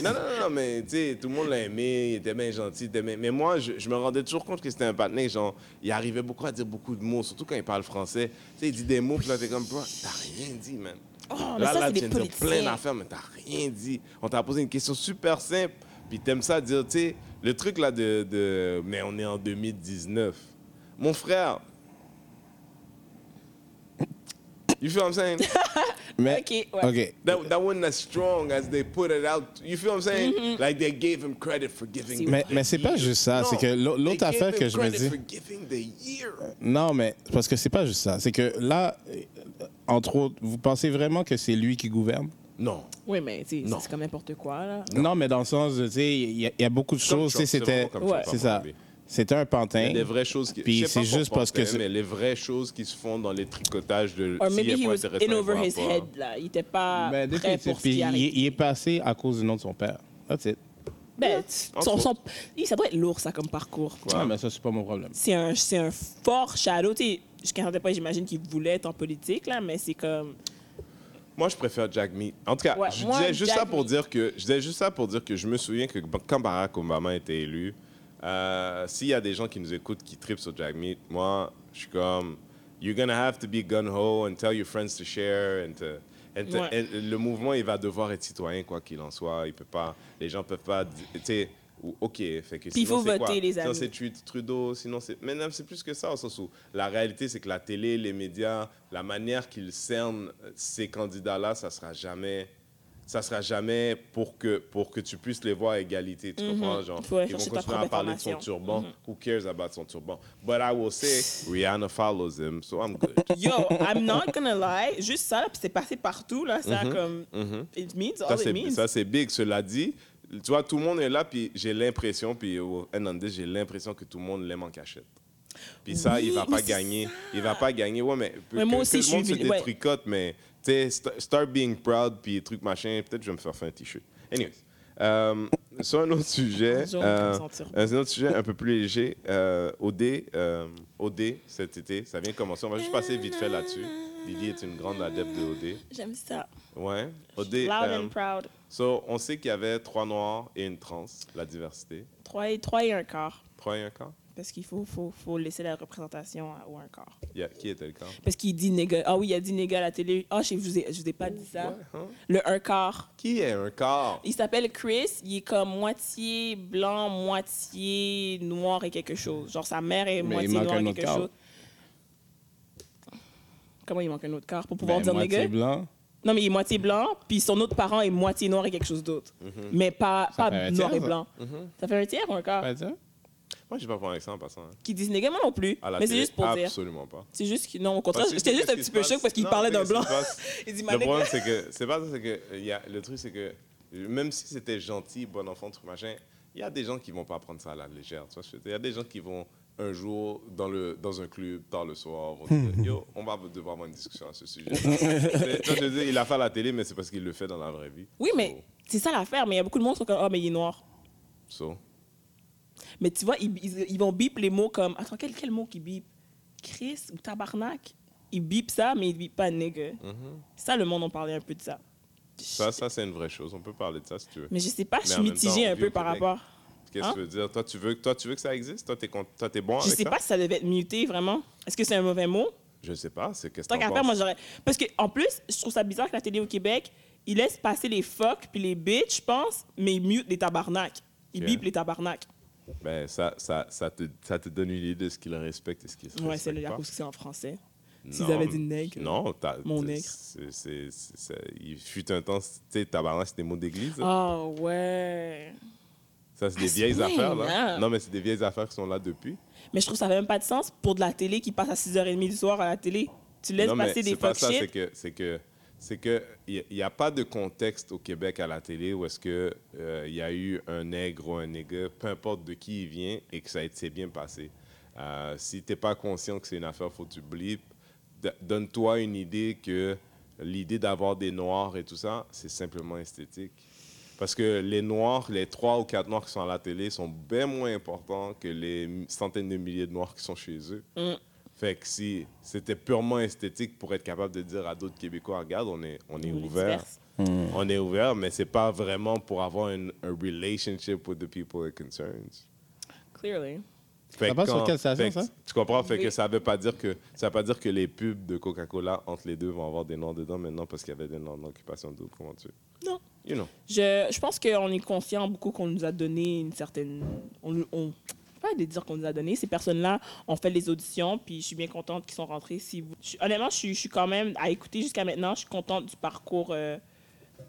Speaker 1: non, non, non, non, mais tu sais, tout le monde l'a aimé, il était bien gentil. il était bien- Mais moi, je, je me rendais toujours compte que c'était un patiné. Genre, il arrivait beaucoup à dire beaucoup de mots, surtout quand il parle français. Tu sais, il dit des mots, puis là, t'es comme, bro, t'as rien dit, man.
Speaker 2: Oh, mais
Speaker 1: là,
Speaker 2: ça,
Speaker 1: là,
Speaker 2: c'est
Speaker 1: tu
Speaker 2: des
Speaker 1: viens de dire plein
Speaker 2: politiciens.
Speaker 1: d'affaires, mais t'as rien dit. On t'a posé une question super simple, puis t'aimes ça dire, tu sais, le truc là de, de. Mais on est en 2019. Mon frère. You feel what I'm saying?
Speaker 3: Mais,
Speaker 2: Ok, ouais.
Speaker 3: OK.
Speaker 1: That, that wasn't as strong as they put it out. You feel what I'm saying?
Speaker 2: Mm-hmm.
Speaker 1: Like they gave him credit for giving.
Speaker 3: Mais,
Speaker 1: the
Speaker 3: mais c'est pas
Speaker 1: year.
Speaker 3: juste ça. C'est
Speaker 1: Non,
Speaker 3: que l'au-
Speaker 1: they
Speaker 3: l'autre
Speaker 1: gave
Speaker 3: affaire
Speaker 1: him
Speaker 3: que je me
Speaker 1: credit
Speaker 3: dis.
Speaker 1: for giving the year.
Speaker 3: Non, mais parce que c'est pas juste ça. C'est que là, euh, entre autres, vous pensez vraiment que c'est lui qui gouverne?
Speaker 1: Non.
Speaker 2: Oui, mais tu sais,
Speaker 1: Non.
Speaker 2: c'est comme n'importe quoi, là.
Speaker 3: Non. mais dans le sens, de, tu sais, il y, a- il y a beaucoup de
Speaker 1: Comme
Speaker 3: choses. tu sais,
Speaker 1: Trump, c'est
Speaker 3: C'était,
Speaker 1: vraiment comme Trump,
Speaker 2: Ouais.
Speaker 1: à
Speaker 3: c'est
Speaker 1: mon
Speaker 3: ça.
Speaker 1: avis.
Speaker 3: C'était un
Speaker 1: Il y
Speaker 3: pantin.
Speaker 1: a des vraies choses qui.
Speaker 3: Hein? Puis
Speaker 1: je sais
Speaker 3: c'est
Speaker 1: pas
Speaker 3: juste
Speaker 1: qu'on
Speaker 3: parce que
Speaker 1: pensait,
Speaker 3: c'est-
Speaker 1: Mais les vraies choses qui se font dans les tricotages de.
Speaker 2: Or
Speaker 1: s'il
Speaker 2: maybe
Speaker 1: est
Speaker 2: he
Speaker 1: pas
Speaker 2: was
Speaker 1: intéressant,
Speaker 2: in
Speaker 1: il
Speaker 2: over
Speaker 1: va
Speaker 2: his
Speaker 1: pas.
Speaker 2: head, là. Il était pas
Speaker 3: Ben,
Speaker 2: Ah, prêt
Speaker 3: définitif.
Speaker 2: pour ce
Speaker 3: Puis
Speaker 2: qui
Speaker 3: il,
Speaker 2: arrive.
Speaker 3: il est passé à cause du nom de son père. That's it.
Speaker 2: Ben, tu-
Speaker 1: Entre
Speaker 2: son-
Speaker 1: autres.
Speaker 2: son- il- ça doit être lourd, ça, comme parcours. quoi.
Speaker 1: Ouais.
Speaker 3: Ah, mais ça, c'est pas mon problème.
Speaker 2: C'est un, c'est un fort shadow. Tu sais, jusqu'à un certain point, j'imagine qu'il voulait être en politique, là, mais c'est comme...
Speaker 1: Moi, je préfère Jack Meat. En tout cas,
Speaker 2: Ouais,
Speaker 1: je
Speaker 2: moi,
Speaker 1: disais juste
Speaker 2: Jack
Speaker 1: ça pour
Speaker 2: Meat.
Speaker 1: dire que je disais juste ça pour dire que je me souviens que b- quand Barack Obama était élu, euh, s'il y a des gens qui nous écoutent qui tripent sur Jack Meat, moi, je suis comme you're gonna have to be gun ho and tell your friends to share and to- and to-
Speaker 2: Ouais.
Speaker 1: et le mouvement, il va devoir être citoyen quoi qu'il en soit. Il peut pas, les gens peuvent pas, di- tu sais. ou- Ok, fait que
Speaker 2: Puis il
Speaker 1: sinon,
Speaker 2: faut
Speaker 1: c'est
Speaker 2: voter,
Speaker 1: quoi?
Speaker 2: les
Speaker 1: Sinon,
Speaker 2: amis.
Speaker 1: c'est Tru- Trudeau, sinon c'est. Mais non, c'est plus que ça, au sens où la réalité, c'est que la télé, les médias, la manière qu'ils cernent euh, ces candidats-là, ça sera jamais. Ça sera jamais pour que, pour que tu puisses les voir à égalité. Tu comprends? Genre,
Speaker 2: Faut aller
Speaker 1: ils vont
Speaker 2: chercher ta
Speaker 1: continuer
Speaker 2: propre
Speaker 1: à parler de son
Speaker 2: information.
Speaker 1: turban. Who cares about son turban? But I will say, Rihanna follows him, so I'm good.
Speaker 2: Yo, I'm not gonna lie. Juste ça, là, puis c'est passé partout, là. Ça, comme... It means
Speaker 1: Mm-hmm. Ça,
Speaker 2: all it
Speaker 1: c'est,
Speaker 2: means.
Speaker 1: ça, c'est big. Cela dit, tu vois, tout le monde est là, puis j'ai l'impression, puis au end of the day, j'ai l'impression que tout le monde l'aime en cachette. Puis ça, il va
Speaker 2: Oui,
Speaker 1: pas
Speaker 2: mais c'est
Speaker 1: gagner. Il va pas gagner. Ouais, mais,
Speaker 2: Mais moi aussi,
Speaker 1: le monde
Speaker 2: je suis
Speaker 1: se
Speaker 2: vil- ouais.
Speaker 1: détricote, mais tu sais, st- start being proud, puis truc machin, peut-être je vais me faire faire un t-shirt. Anyways. Euh, sur un autre sujet,
Speaker 2: Jaune comme
Speaker 1: euh,
Speaker 2: son turban.
Speaker 1: un autre sujet un peu plus léger, euh, OD, euh, OD cet été, ça vient de commencer. On va juste passer vite fait là-dessus. Lily est une grande adepte de OD.
Speaker 2: J'aime ça.
Speaker 1: Ouais. OD.
Speaker 2: Loud
Speaker 1: euh,
Speaker 2: and proud.
Speaker 1: So, on sait qu'il y avait trois noirs et une trans, la diversité.
Speaker 2: 3 et, trois et un quart.
Speaker 1: Trois et un camp?
Speaker 2: Parce qu'il faut, faut, faut laisser la représentation à- ou un quart.
Speaker 1: Il y a- qui était le camp?
Speaker 2: Parce qu'il dit néga. Ah oui, il a dit néga à la télé. Ah, je vous ai, je vous ai pas dit ça.
Speaker 1: Ouais, hein?
Speaker 2: Le un quart.
Speaker 1: Qui est un corps?
Speaker 2: Il s'appelle Chris. Il est comme moitié blanc, moitié noir et quelque chose. Genre, sa mère est
Speaker 3: Mais
Speaker 2: moitié
Speaker 3: il manque
Speaker 2: noire
Speaker 3: un
Speaker 2: et
Speaker 3: autre
Speaker 2: quelque
Speaker 3: quart.
Speaker 2: chose. Comment il manque un autre quart pour pouvoir
Speaker 3: Ben,
Speaker 2: dire
Speaker 3: moitié
Speaker 2: néga?
Speaker 3: blanc.
Speaker 2: Non, mais il est moitié blanc, puis son autre parent est moitié noir et quelque chose d'autre. Mais pas,
Speaker 3: Mhm. Ça
Speaker 2: pas
Speaker 3: fait un
Speaker 2: noir
Speaker 3: tiers,
Speaker 2: et
Speaker 3: ça. Mhm.
Speaker 2: blanc. Ça fait un tiers ou un quart?
Speaker 3: Pas dire?
Speaker 1: Moi, j'ai pas pour accent en passant. hein.
Speaker 2: Qui disent néga, moi non plus.
Speaker 1: À la
Speaker 2: Mais c'est
Speaker 1: télé,
Speaker 2: juste pour
Speaker 3: Ah,
Speaker 2: dire.
Speaker 1: Absolument pas.
Speaker 2: C'est juste que, non, au contraire,
Speaker 1: Parce que
Speaker 2: j'étais juste un
Speaker 1: qu'est-ce qui
Speaker 2: petit peu
Speaker 1: se
Speaker 2: choc
Speaker 1: passe?
Speaker 2: parce qu'il
Speaker 1: Non,
Speaker 2: parlait
Speaker 1: mais
Speaker 2: d'un
Speaker 1: qu'est-ce
Speaker 2: blanc.
Speaker 1: qui se passe?
Speaker 2: Il dit, ma
Speaker 1: Le
Speaker 2: nègre.
Speaker 1: problème, c'est que. C'est pas ça, c'est que. euh, il y a- le truc, c'est que. Même si c'était gentil, bon enfant, truc machin, il y a des gens qui vont pas prendre ça à la légère. tu vois ce que je veux dire? Il y a des gens qui vont un jour dans, le, dans un club, tard le soir, vont dire Yo, on va devoir avoir une discussion à ce sujet. Tu sais, tu vois, je veux dire, il a fait à la télé, mais c'est parce qu'il le fait dans la vraie vie.
Speaker 2: Oui, mais c'est ça l'affaire, mais il y a beaucoup de monde qui sont comme, oh, mais il est noir.
Speaker 1: So, so.
Speaker 2: Mais tu vois, ils, ils- ils vont bip les mots comme, attends, quel, quel mot qui bip Chris ou tabarnak Ils bip ça, mais ils bip pas nigga. Ça, le monde en parlait un peu de ça.
Speaker 1: Mm-hmm. Ça, ça c'est une vraie chose. On peut parler de ça si tu veux.
Speaker 2: Mais je sais pas, je
Speaker 1: Mais en
Speaker 2: suis
Speaker 1: même
Speaker 2: mitigée
Speaker 1: temps, on
Speaker 2: un
Speaker 1: vit
Speaker 2: peu
Speaker 1: au
Speaker 2: par
Speaker 1: Québec.
Speaker 2: rapport.
Speaker 1: Qu'est-ce
Speaker 2: Hein?
Speaker 1: que tu veux dire toi tu veux, toi, tu veux que ça existe Toi, t'es, con- toi, t'es bon
Speaker 2: Je
Speaker 1: avec
Speaker 2: sais
Speaker 1: ça
Speaker 2: pas si ça devait être muté vraiment. Est-ce que c'est un mauvais mot
Speaker 1: Je sais pas. C'est qu'est-ce que
Speaker 2: Tant
Speaker 1: t'en
Speaker 2: qu'à faire,
Speaker 1: penses
Speaker 2: moi j'aurais. Parce que en plus, je trouve ça bizarre que la télé au Québec, ils laissent passer les fuck puis les bitch, je pense, mais ils mutent les tabarnak. Ils
Speaker 1: Ok.
Speaker 2: bipent les tabarnak.
Speaker 1: Ben, ça, ça, ça, te, ça te donne une idée de ce qu'il respecte et ce qu'il
Speaker 2: Ouais, c'est
Speaker 1: respecte
Speaker 2: la
Speaker 1: pas.
Speaker 2: cause que c'est en français.
Speaker 1: Non,
Speaker 2: S'ils avaient dit nègre.
Speaker 1: Non, t'as-
Speaker 2: Mon
Speaker 1: t'es-
Speaker 2: nègre.
Speaker 1: c'est- c'est- c'est- c'est- Il fut un temps, tu sais, tabarnak, c'était mot d'église. là.
Speaker 2: Ah ouais.
Speaker 1: Ça, c'est
Speaker 2: Ah,
Speaker 1: des
Speaker 2: c'est
Speaker 1: vieilles
Speaker 2: vrai, hein.
Speaker 1: affaires, là.
Speaker 2: là.
Speaker 1: Non, mais c'est des vieilles affaires qui sont là depuis.
Speaker 2: Mais je trouve que ça n'a même pas de sens pour de la télé qui passe à 6h30 du soir à la télé. Tu laisses
Speaker 1: Non, mais
Speaker 2: passer des
Speaker 1: c'est pas
Speaker 2: fuck
Speaker 1: ça, c'est
Speaker 2: shit.
Speaker 1: que c'est que c'est que il n'y a pas de contexte au Québec à la télé où est-ce que euh, il y a eu un nègre ou un nègre, peu importe de qui il vient et que ça a- s'est bien passé. Euh, si t'es pas conscient que c'est une affaire, faut que tu blippes. D- Donne-toi une idée que l'idée d'avoir des noirs et tout ça, c'est simplement esthétique. Parce que les noirs, les trois ou quatre noirs qui sont à la télé sont bien moins importants que les centaines de milliers de noirs qui sont chez eux.
Speaker 2: Mm.
Speaker 1: Fait que si c'était purement esthétique pour être capable de dire à d'autres Québécois, regarde, on est, on est
Speaker 2: On est
Speaker 1: ouvert.
Speaker 2: diverses.
Speaker 3: Mm.
Speaker 1: On est ouvert, mais c'est pas vraiment pour avoir une un relationship with the people it concerns.
Speaker 2: Clearly.
Speaker 1: Fait
Speaker 3: Ça
Speaker 1: que
Speaker 3: passe sur
Speaker 1: quand-
Speaker 3: quelle station,
Speaker 1: fait que
Speaker 3: ça?
Speaker 1: Tu comprends? Fait que
Speaker 2: Oui.
Speaker 1: ça veut pas dire que ça veut pas dire que les pubs de Coca-Cola entre les deux vont avoir des noms dedans maintenant parce qu'il y avait des noms d'occupation double. Comment tu.
Speaker 2: Non.
Speaker 1: You know.
Speaker 2: Je, je pense qu'on est conscient beaucoup qu'on nous a donné une certaine. On, on, pas de dire qu'on nous a donné. Ces personnes-là ont fait les auditions, puis je suis bien contente qu'ils sont rentrés. Si vous- je suis- honnêtement, je suis, je suis quand même à écouter jusqu'à maintenant. Je suis contente du parcours euh,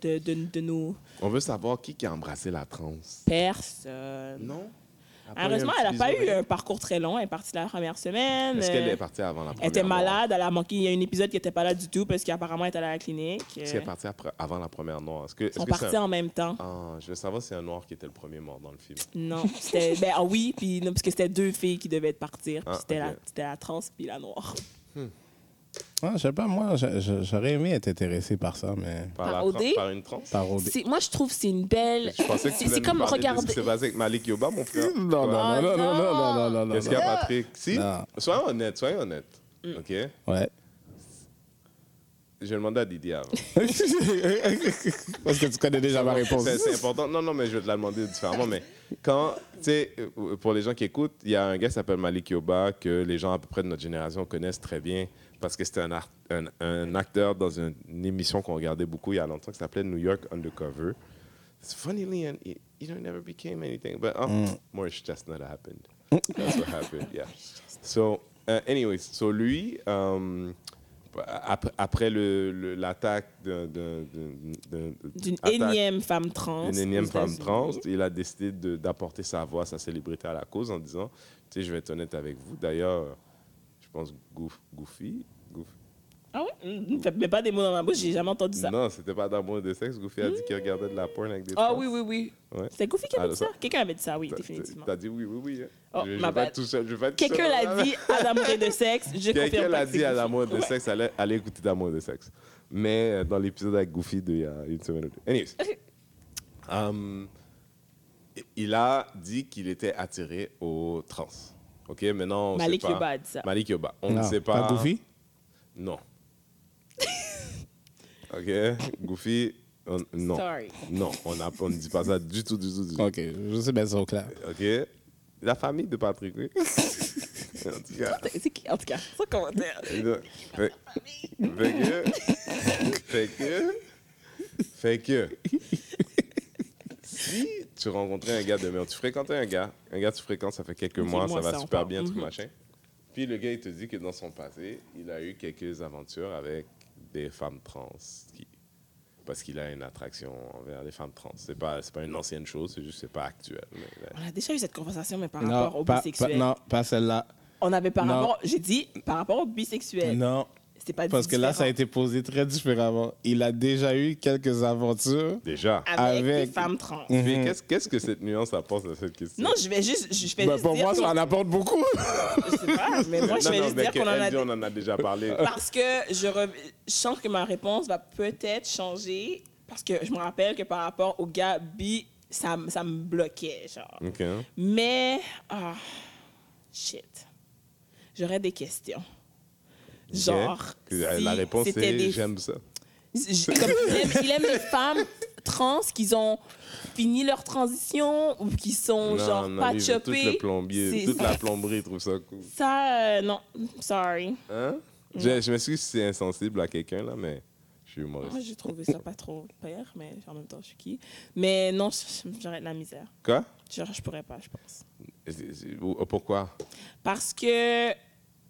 Speaker 2: de, de, de nos
Speaker 1: On veut savoir qui qui a embrassé la transe.
Speaker 2: personnes.
Speaker 1: Non? Après,
Speaker 2: euh. Ah, Heureusement,
Speaker 1: il y
Speaker 2: elle
Speaker 1: a un
Speaker 2: n'a pas
Speaker 1: petit
Speaker 2: eu
Speaker 1: bisou. hein.
Speaker 2: un parcours très long. Elle est partie la première semaine.
Speaker 1: Est-ce qu'elle
Speaker 2: euh,
Speaker 1: est partie avant la première
Speaker 2: elle était
Speaker 1: noire?
Speaker 2: malade, elle a manqué. Il y a un épisode qui n'était pas là du tout parce qu'apparemment, elle était allée à la clinique.
Speaker 1: Est-ce
Speaker 2: euh,
Speaker 1: qu'elle est partie après- avant la première noire? Est-ce que, est-ce
Speaker 2: Ils sont
Speaker 1: que c'est
Speaker 2: partis
Speaker 1: un-
Speaker 2: en même temps.
Speaker 1: Ah, je veux savoir si c'est un noir qui était le premier mort dans le film.
Speaker 2: Non, c'était ben ah oui, puis non, parce que c'était deux filles qui devaient partir, puis
Speaker 1: Ah,
Speaker 2: c'était la
Speaker 1: ok.
Speaker 2: c'était la trans puis la noire.
Speaker 3: Ah, je sais pas, moi, je- je- j'aurais aimé être intéressé par ça, mais
Speaker 1: Par,
Speaker 4: Par
Speaker 1: la
Speaker 4: OD?
Speaker 1: tran- par une trans?
Speaker 3: par OD.
Speaker 4: C'est- Moi, je trouve que c'est une belle.
Speaker 1: Je pensais que tu
Speaker 4: C'est c'est
Speaker 1: voulais
Speaker 4: comme
Speaker 1: nous parler de
Speaker 4: regarder.
Speaker 1: ce qui s'est passé avec Malik Yoba, mon frère.
Speaker 3: Non, non, non, non, non, non, non, non, non.
Speaker 1: Qu'est-ce qu'il y a, Patrick? Si,
Speaker 3: Non.
Speaker 1: soyons honnêtes, soyons honnêtes.
Speaker 2: Mm.
Speaker 1: OK?
Speaker 3: Ouais.
Speaker 1: J'ai demandé à Didier avant.
Speaker 3: Parce que tu connais déjà ma réponse.
Speaker 1: C'est c'est important. Non, non, mais je vais te la demander différemment. Mais quand, tu sais, euh, pour les gens qui écoutent, il y a un gars qui s'appelle Malik Yoba que les gens à peu près de notre génération connaissent très bien parce que c'était un, art- un- un acteur dans une, émission qu'on regardait beaucoup il y a longtemps qui s'appelait New York Undercover. It's funnily, and it, you know, it never became anything. But oh,
Speaker 3: Mm.
Speaker 1: more it's just not happened. That's what happened, yeah. So, uh, anyways, so lui, um, après, après le- le- l'attaque d'un- d'un- d'un- d'un-
Speaker 2: D'une
Speaker 1: attaque-
Speaker 2: énième femme trans.
Speaker 1: une
Speaker 2: aux
Speaker 1: énième femme
Speaker 2: États-Unis.
Speaker 1: trans. Il a décidé de- d'apporter sa voix, sa célébrité à la cause en disant, tu sais, je vais être honnête avec vous. D'ailleurs, je pense Goof- Goofy. Goof-
Speaker 2: Ah ouais, Mm, mm, faites pas des mots dans ma bouche, j'ai jamais entendu ça.
Speaker 1: Non, c'était pas d'amour de sexe. Goofy a dit qu'il regardait de la porn avec des
Speaker 4: Ah
Speaker 1: trans.
Speaker 4: oui, oui, oui.
Speaker 1: Ouais.
Speaker 2: C'était Goofy qui avait
Speaker 1: Ah,
Speaker 2: dit ça.
Speaker 1: ça-
Speaker 2: Quelqu'un avait dit ça, oui,
Speaker 1: T'as-
Speaker 2: définitivement.
Speaker 1: T'as dit oui, oui, oui. hein.
Speaker 2: Oh,
Speaker 1: je, je
Speaker 2: ma
Speaker 1: vais pas
Speaker 2: bad.
Speaker 1: être tout seul, je vais pas être tout
Speaker 2: Quelqu'un
Speaker 1: seul.
Speaker 2: l'a dit à l'amour et de sexe, je confirme
Speaker 1: Quelqu'un
Speaker 2: pas
Speaker 1: l'a
Speaker 2: que c'est
Speaker 1: dit à
Speaker 2: Goofy.
Speaker 1: l'amour de
Speaker 2: Ouais.
Speaker 1: sexe, allez, allez écouter d'amour de sexe. Mais euh, dans l'épisode avec Goofy d'il y a une semaine ou deux. Anyways. Um, il a dit qu'il était attiré aux trans. OK, maintenant, on
Speaker 2: Malik
Speaker 1: sait pas.
Speaker 2: Yoba a dit ça.
Speaker 1: Malik Yoba. On ne
Speaker 3: Non,
Speaker 1: sait pas.
Speaker 3: Pas Goofy?
Speaker 1: Non. OK, Goofy, on- non.
Speaker 2: Sorry.
Speaker 1: Non, on a- on ne dit pas ça du tout, du tout, du tout.
Speaker 3: Ok, je sais bien ça au clair.
Speaker 1: OK? La famille de Patrick, oui. en tout cas.
Speaker 2: C'est qui- En tout cas, sans commentaire.
Speaker 1: Fait fait que. Fait que. Fait que. Si tu rencontrais un gars demain, ou tu fréquentais un gars, un gars que tu fréquentes, ça fait quelques mois,
Speaker 2: mois,
Speaker 1: ça va
Speaker 2: ça, on
Speaker 1: super
Speaker 2: parle.
Speaker 1: bien, tout
Speaker 2: Mhm.
Speaker 1: machin. Puis le gars, il te dit que dans son passé, il a eu quelques aventures avec des femmes trans. qui- parce qu'il a une attraction envers les femmes trans. C'est pas, c'est pas une ancienne chose, c'est juste que c'est pas actuel. mais-
Speaker 2: On a déjà eu cette conversation, mais par
Speaker 3: Non,
Speaker 2: rapport au
Speaker 3: pas,
Speaker 2: bisexuel.
Speaker 3: pas- non, pas celle-là.
Speaker 2: On avait par
Speaker 3: Non.
Speaker 2: rapport, j'ai dit par rapport au bisexuel.
Speaker 3: Non.
Speaker 2: C'était pas
Speaker 3: Parce que là, ça a été posé très différemment. Il a déjà eu quelques aventures.
Speaker 1: Déjà.
Speaker 2: avec, des
Speaker 3: avec- Mm.
Speaker 2: femmes trans.
Speaker 1: Mais qu'est-ce, qu'est-ce que cette nuance apporte à cette question?
Speaker 2: Non, je vais juste, je fais
Speaker 3: Ben,
Speaker 2: juste
Speaker 3: pour
Speaker 2: dire
Speaker 3: moi,
Speaker 2: que-
Speaker 3: ça en apporte beaucoup.
Speaker 2: je sais pas, mais moi, je
Speaker 1: Non,
Speaker 2: vais
Speaker 1: non,
Speaker 2: juste
Speaker 1: mais
Speaker 2: dire qu'on en
Speaker 1: qu'elle
Speaker 2: a
Speaker 1: dit, on en a déjà parlé.
Speaker 2: parce que je, re- je sens que ma réponse va peut-être changer parce que je me rappelle que par rapport au gars bi, ça, m- ça me bloquait, genre.
Speaker 1: OK.
Speaker 2: Mais, ah, shit. J'aurais des questions. Genre,
Speaker 1: Euh,
Speaker 2: si
Speaker 1: la réponse
Speaker 2: c'était
Speaker 1: est
Speaker 2: des-
Speaker 1: j'aime ça.
Speaker 2: J- comme il, aime, il aime les femmes trans qui ont fini leur transition ou qui sont genre pas
Speaker 1: lui, tout
Speaker 2: chopées.
Speaker 1: le plombier,
Speaker 2: C'est-
Speaker 1: toute la plomberie trouve ça cool.
Speaker 2: Ça, euh, non, sorry.
Speaker 1: Hein? Je, je m'excuse si c'est insensible à quelqu'un là, mais je suis
Speaker 2: Moi,
Speaker 1: humoriste.
Speaker 2: j'ai trouvé ça pas trop pire, mais en même temps, je suis qui. Mais non, je- j'aurais de la misère.
Speaker 1: Quoi?
Speaker 2: Genre, je pourrais pas, je pense.
Speaker 1: C'est- c'est- ou- euh, Pourquoi?
Speaker 2: Parce que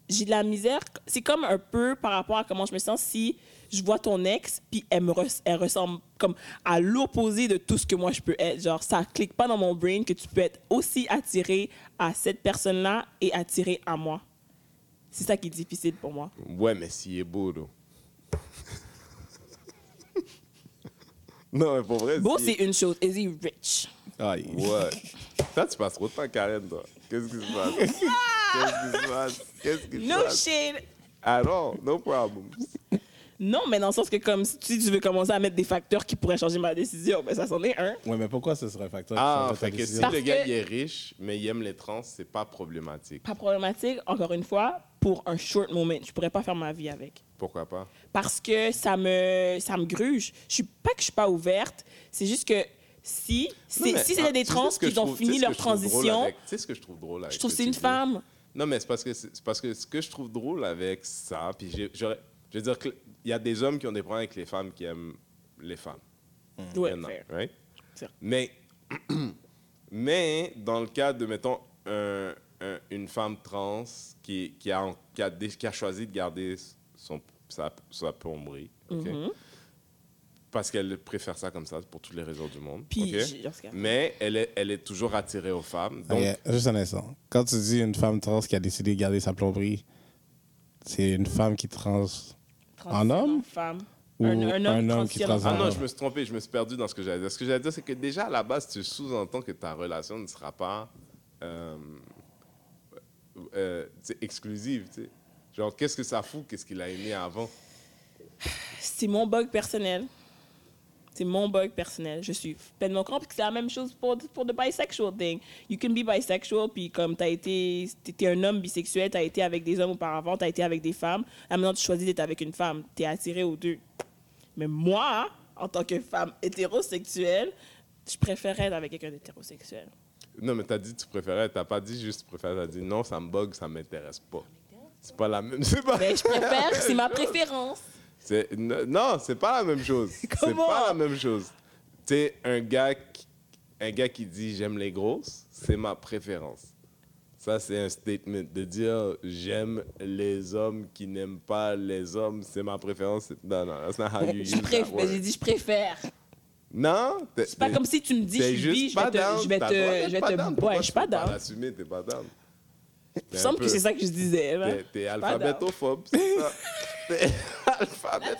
Speaker 2: j'ai de la misère. C'est comme un peu par rapport à comment je me sens si je vois ton ex, puis elle me res- elle ressemble comme à l'opposé de tout ce que moi je peux être. Genre, ça clique pas dans mon brain que tu peux être aussi attiré à cette personne-là et attiré à moi. C'est ça qui est difficile pour moi.
Speaker 1: Ouais, mais s'il est beau, là. non, mais pour vrai.
Speaker 2: Beau,
Speaker 1: s'il
Speaker 2: c'est une chose. Is he rich?
Speaker 3: Aïe.
Speaker 1: est- Ouais. Ça, tu passes trop de temps, Karen, toi. Qu'est-ce qui se passe? Qu'est-ce qui se passe? Qu'est-ce qui se
Speaker 2: No
Speaker 1: passe?
Speaker 2: shade!
Speaker 1: Ah non, no problem.
Speaker 2: Non, mais dans le sens que comme si tu veux commencer à mettre des facteurs qui pourraient changer ma décision, ben ça c'en est un.
Speaker 3: Ouais, mais pourquoi ce serait un facteur qui
Speaker 1: Ah,
Speaker 3: changerait ta
Speaker 1: fait que si
Speaker 3: décision?
Speaker 2: Parce
Speaker 1: le gars
Speaker 2: que-
Speaker 1: il est riche, mais il aime les trans, c'est pas problématique.
Speaker 2: Pas problématique, encore une fois, pour un short moment. Je pourrais pas faire ma vie avec.
Speaker 1: Pourquoi pas?
Speaker 2: Parce que ça me, ça me gruge. Je suis pas que je suis pas ouverte, c'est juste que si, c'est-
Speaker 1: mais,
Speaker 2: si
Speaker 1: ah,
Speaker 2: c'était des
Speaker 1: tu sais
Speaker 2: trans
Speaker 1: ce que
Speaker 2: qui
Speaker 1: je
Speaker 2: ont
Speaker 1: trouve-
Speaker 2: fini
Speaker 1: tu sais
Speaker 2: leur
Speaker 1: ce que je trouve drôle
Speaker 2: transition,
Speaker 1: avec- Tu sais ce que je trouve drôle avec
Speaker 2: je trouve
Speaker 1: ce
Speaker 2: que c'est une
Speaker 1: tu dis?
Speaker 2: femme.
Speaker 1: Non, mais c'est parce, que c'est c'est parce que ce que je trouve drôle avec ça, puis j'ai- j'aurais- je veux dire qu'il y a des hommes qui ont des problèmes avec les femmes qui aiment les femmes.
Speaker 2: Ouais,
Speaker 1: Il y en a,
Speaker 2: fair.
Speaker 1: right?
Speaker 2: Fair.
Speaker 1: Mais, mais dans le cas de, mettons, un- un- une femme trans qui, qui, a, en- qui,
Speaker 2: Mm-hmm.
Speaker 1: a, dé- qui a choisi de garder son, sa, sa plomberie, ok? parce qu'elle préfère ça comme ça pour toutes les raisons du monde.
Speaker 2: Puis,
Speaker 1: ok?
Speaker 2: j'ai- lorsqu'elle-
Speaker 1: Mais elle est, elle est toujours attirée aux femmes. Donc,
Speaker 3: Ok, Juste un instant. Quand tu dis une femme trans qui a décidé de garder sa plomberie, c'est une femme qui trans. Un homme
Speaker 2: femme.
Speaker 3: Ou
Speaker 2: un, un homme,
Speaker 3: un homme qui
Speaker 2: transgenre.
Speaker 3: trans-
Speaker 1: Ah
Speaker 3: Ah.
Speaker 1: non, je me suis trompé, je me suis perdu dans ce que j'allais dire. Ce que j'allais dire, c'est que déjà à la base, tu sous-entends que ta relation ne sera pas euh, euh, tu sais, exclusive. tu sais. Genre, qu'est-ce que ça fout, qu'est-ce qu'il a aimé avant
Speaker 2: C'est mon bug personnel. C'est mon bug personnel. Je suis pleinement content parce que c'est la même chose pour, pour the bisexual thing. You can be bisexual, puis comme t'as été, t'étais un homme bisexuel, t'as été avec des hommes auparavant, t'as été avec des femmes. Ah, maintenant, tu choisis d'être avec une femme. T'es attiré aux deux. Mais moi, en tant que femme hétérosexuelle, je préférais être avec quelqu'un d'hétérosexuel.
Speaker 1: Non, mais t'as dit tu préférais, t'as pas dit juste tu préfères, t'as dit non, ça me bug, ça m'intéresse pas. C'est pas la même. C'est pas.
Speaker 2: Mais Ben, je préfère, c'est ma préférence.
Speaker 1: C'est- n- Non, c'est pas la même chose. c'est
Speaker 2: Comment?
Speaker 1: pas la même chose. T'es un gars, qui- un gars qui dit j'aime les grosses, c'est ma préférence. Ça, c'est un statement. De dire j'aime les hommes qui n'aiment pas les hommes, c'est ma préférence. c'est- Non, non, that's not how you use
Speaker 2: Je
Speaker 1: that
Speaker 2: préfère, ben,
Speaker 1: word.
Speaker 2: j'ai dit, je préfère.
Speaker 1: Non, t'es-
Speaker 2: C'est pas
Speaker 1: t'es-
Speaker 2: comme si tu me dis, je
Speaker 1: t'es
Speaker 2: suis
Speaker 1: juste
Speaker 2: bi, je
Speaker 1: pas
Speaker 2: vais te.
Speaker 1: down.
Speaker 2: Je vais
Speaker 1: T'as le droit
Speaker 2: te,
Speaker 1: d'être
Speaker 2: je vais
Speaker 1: pas
Speaker 2: te-
Speaker 1: down. Pourquoi
Speaker 2: ouais, je suis pas
Speaker 1: tu peux
Speaker 2: down.
Speaker 1: l'assumer, t'es pas down.
Speaker 2: Il me semble que c'est ça que je disais. là.
Speaker 1: T'es t'es
Speaker 2: Pas down.
Speaker 1: alphabétophobe, c'est ça. T'es
Speaker 2: Là,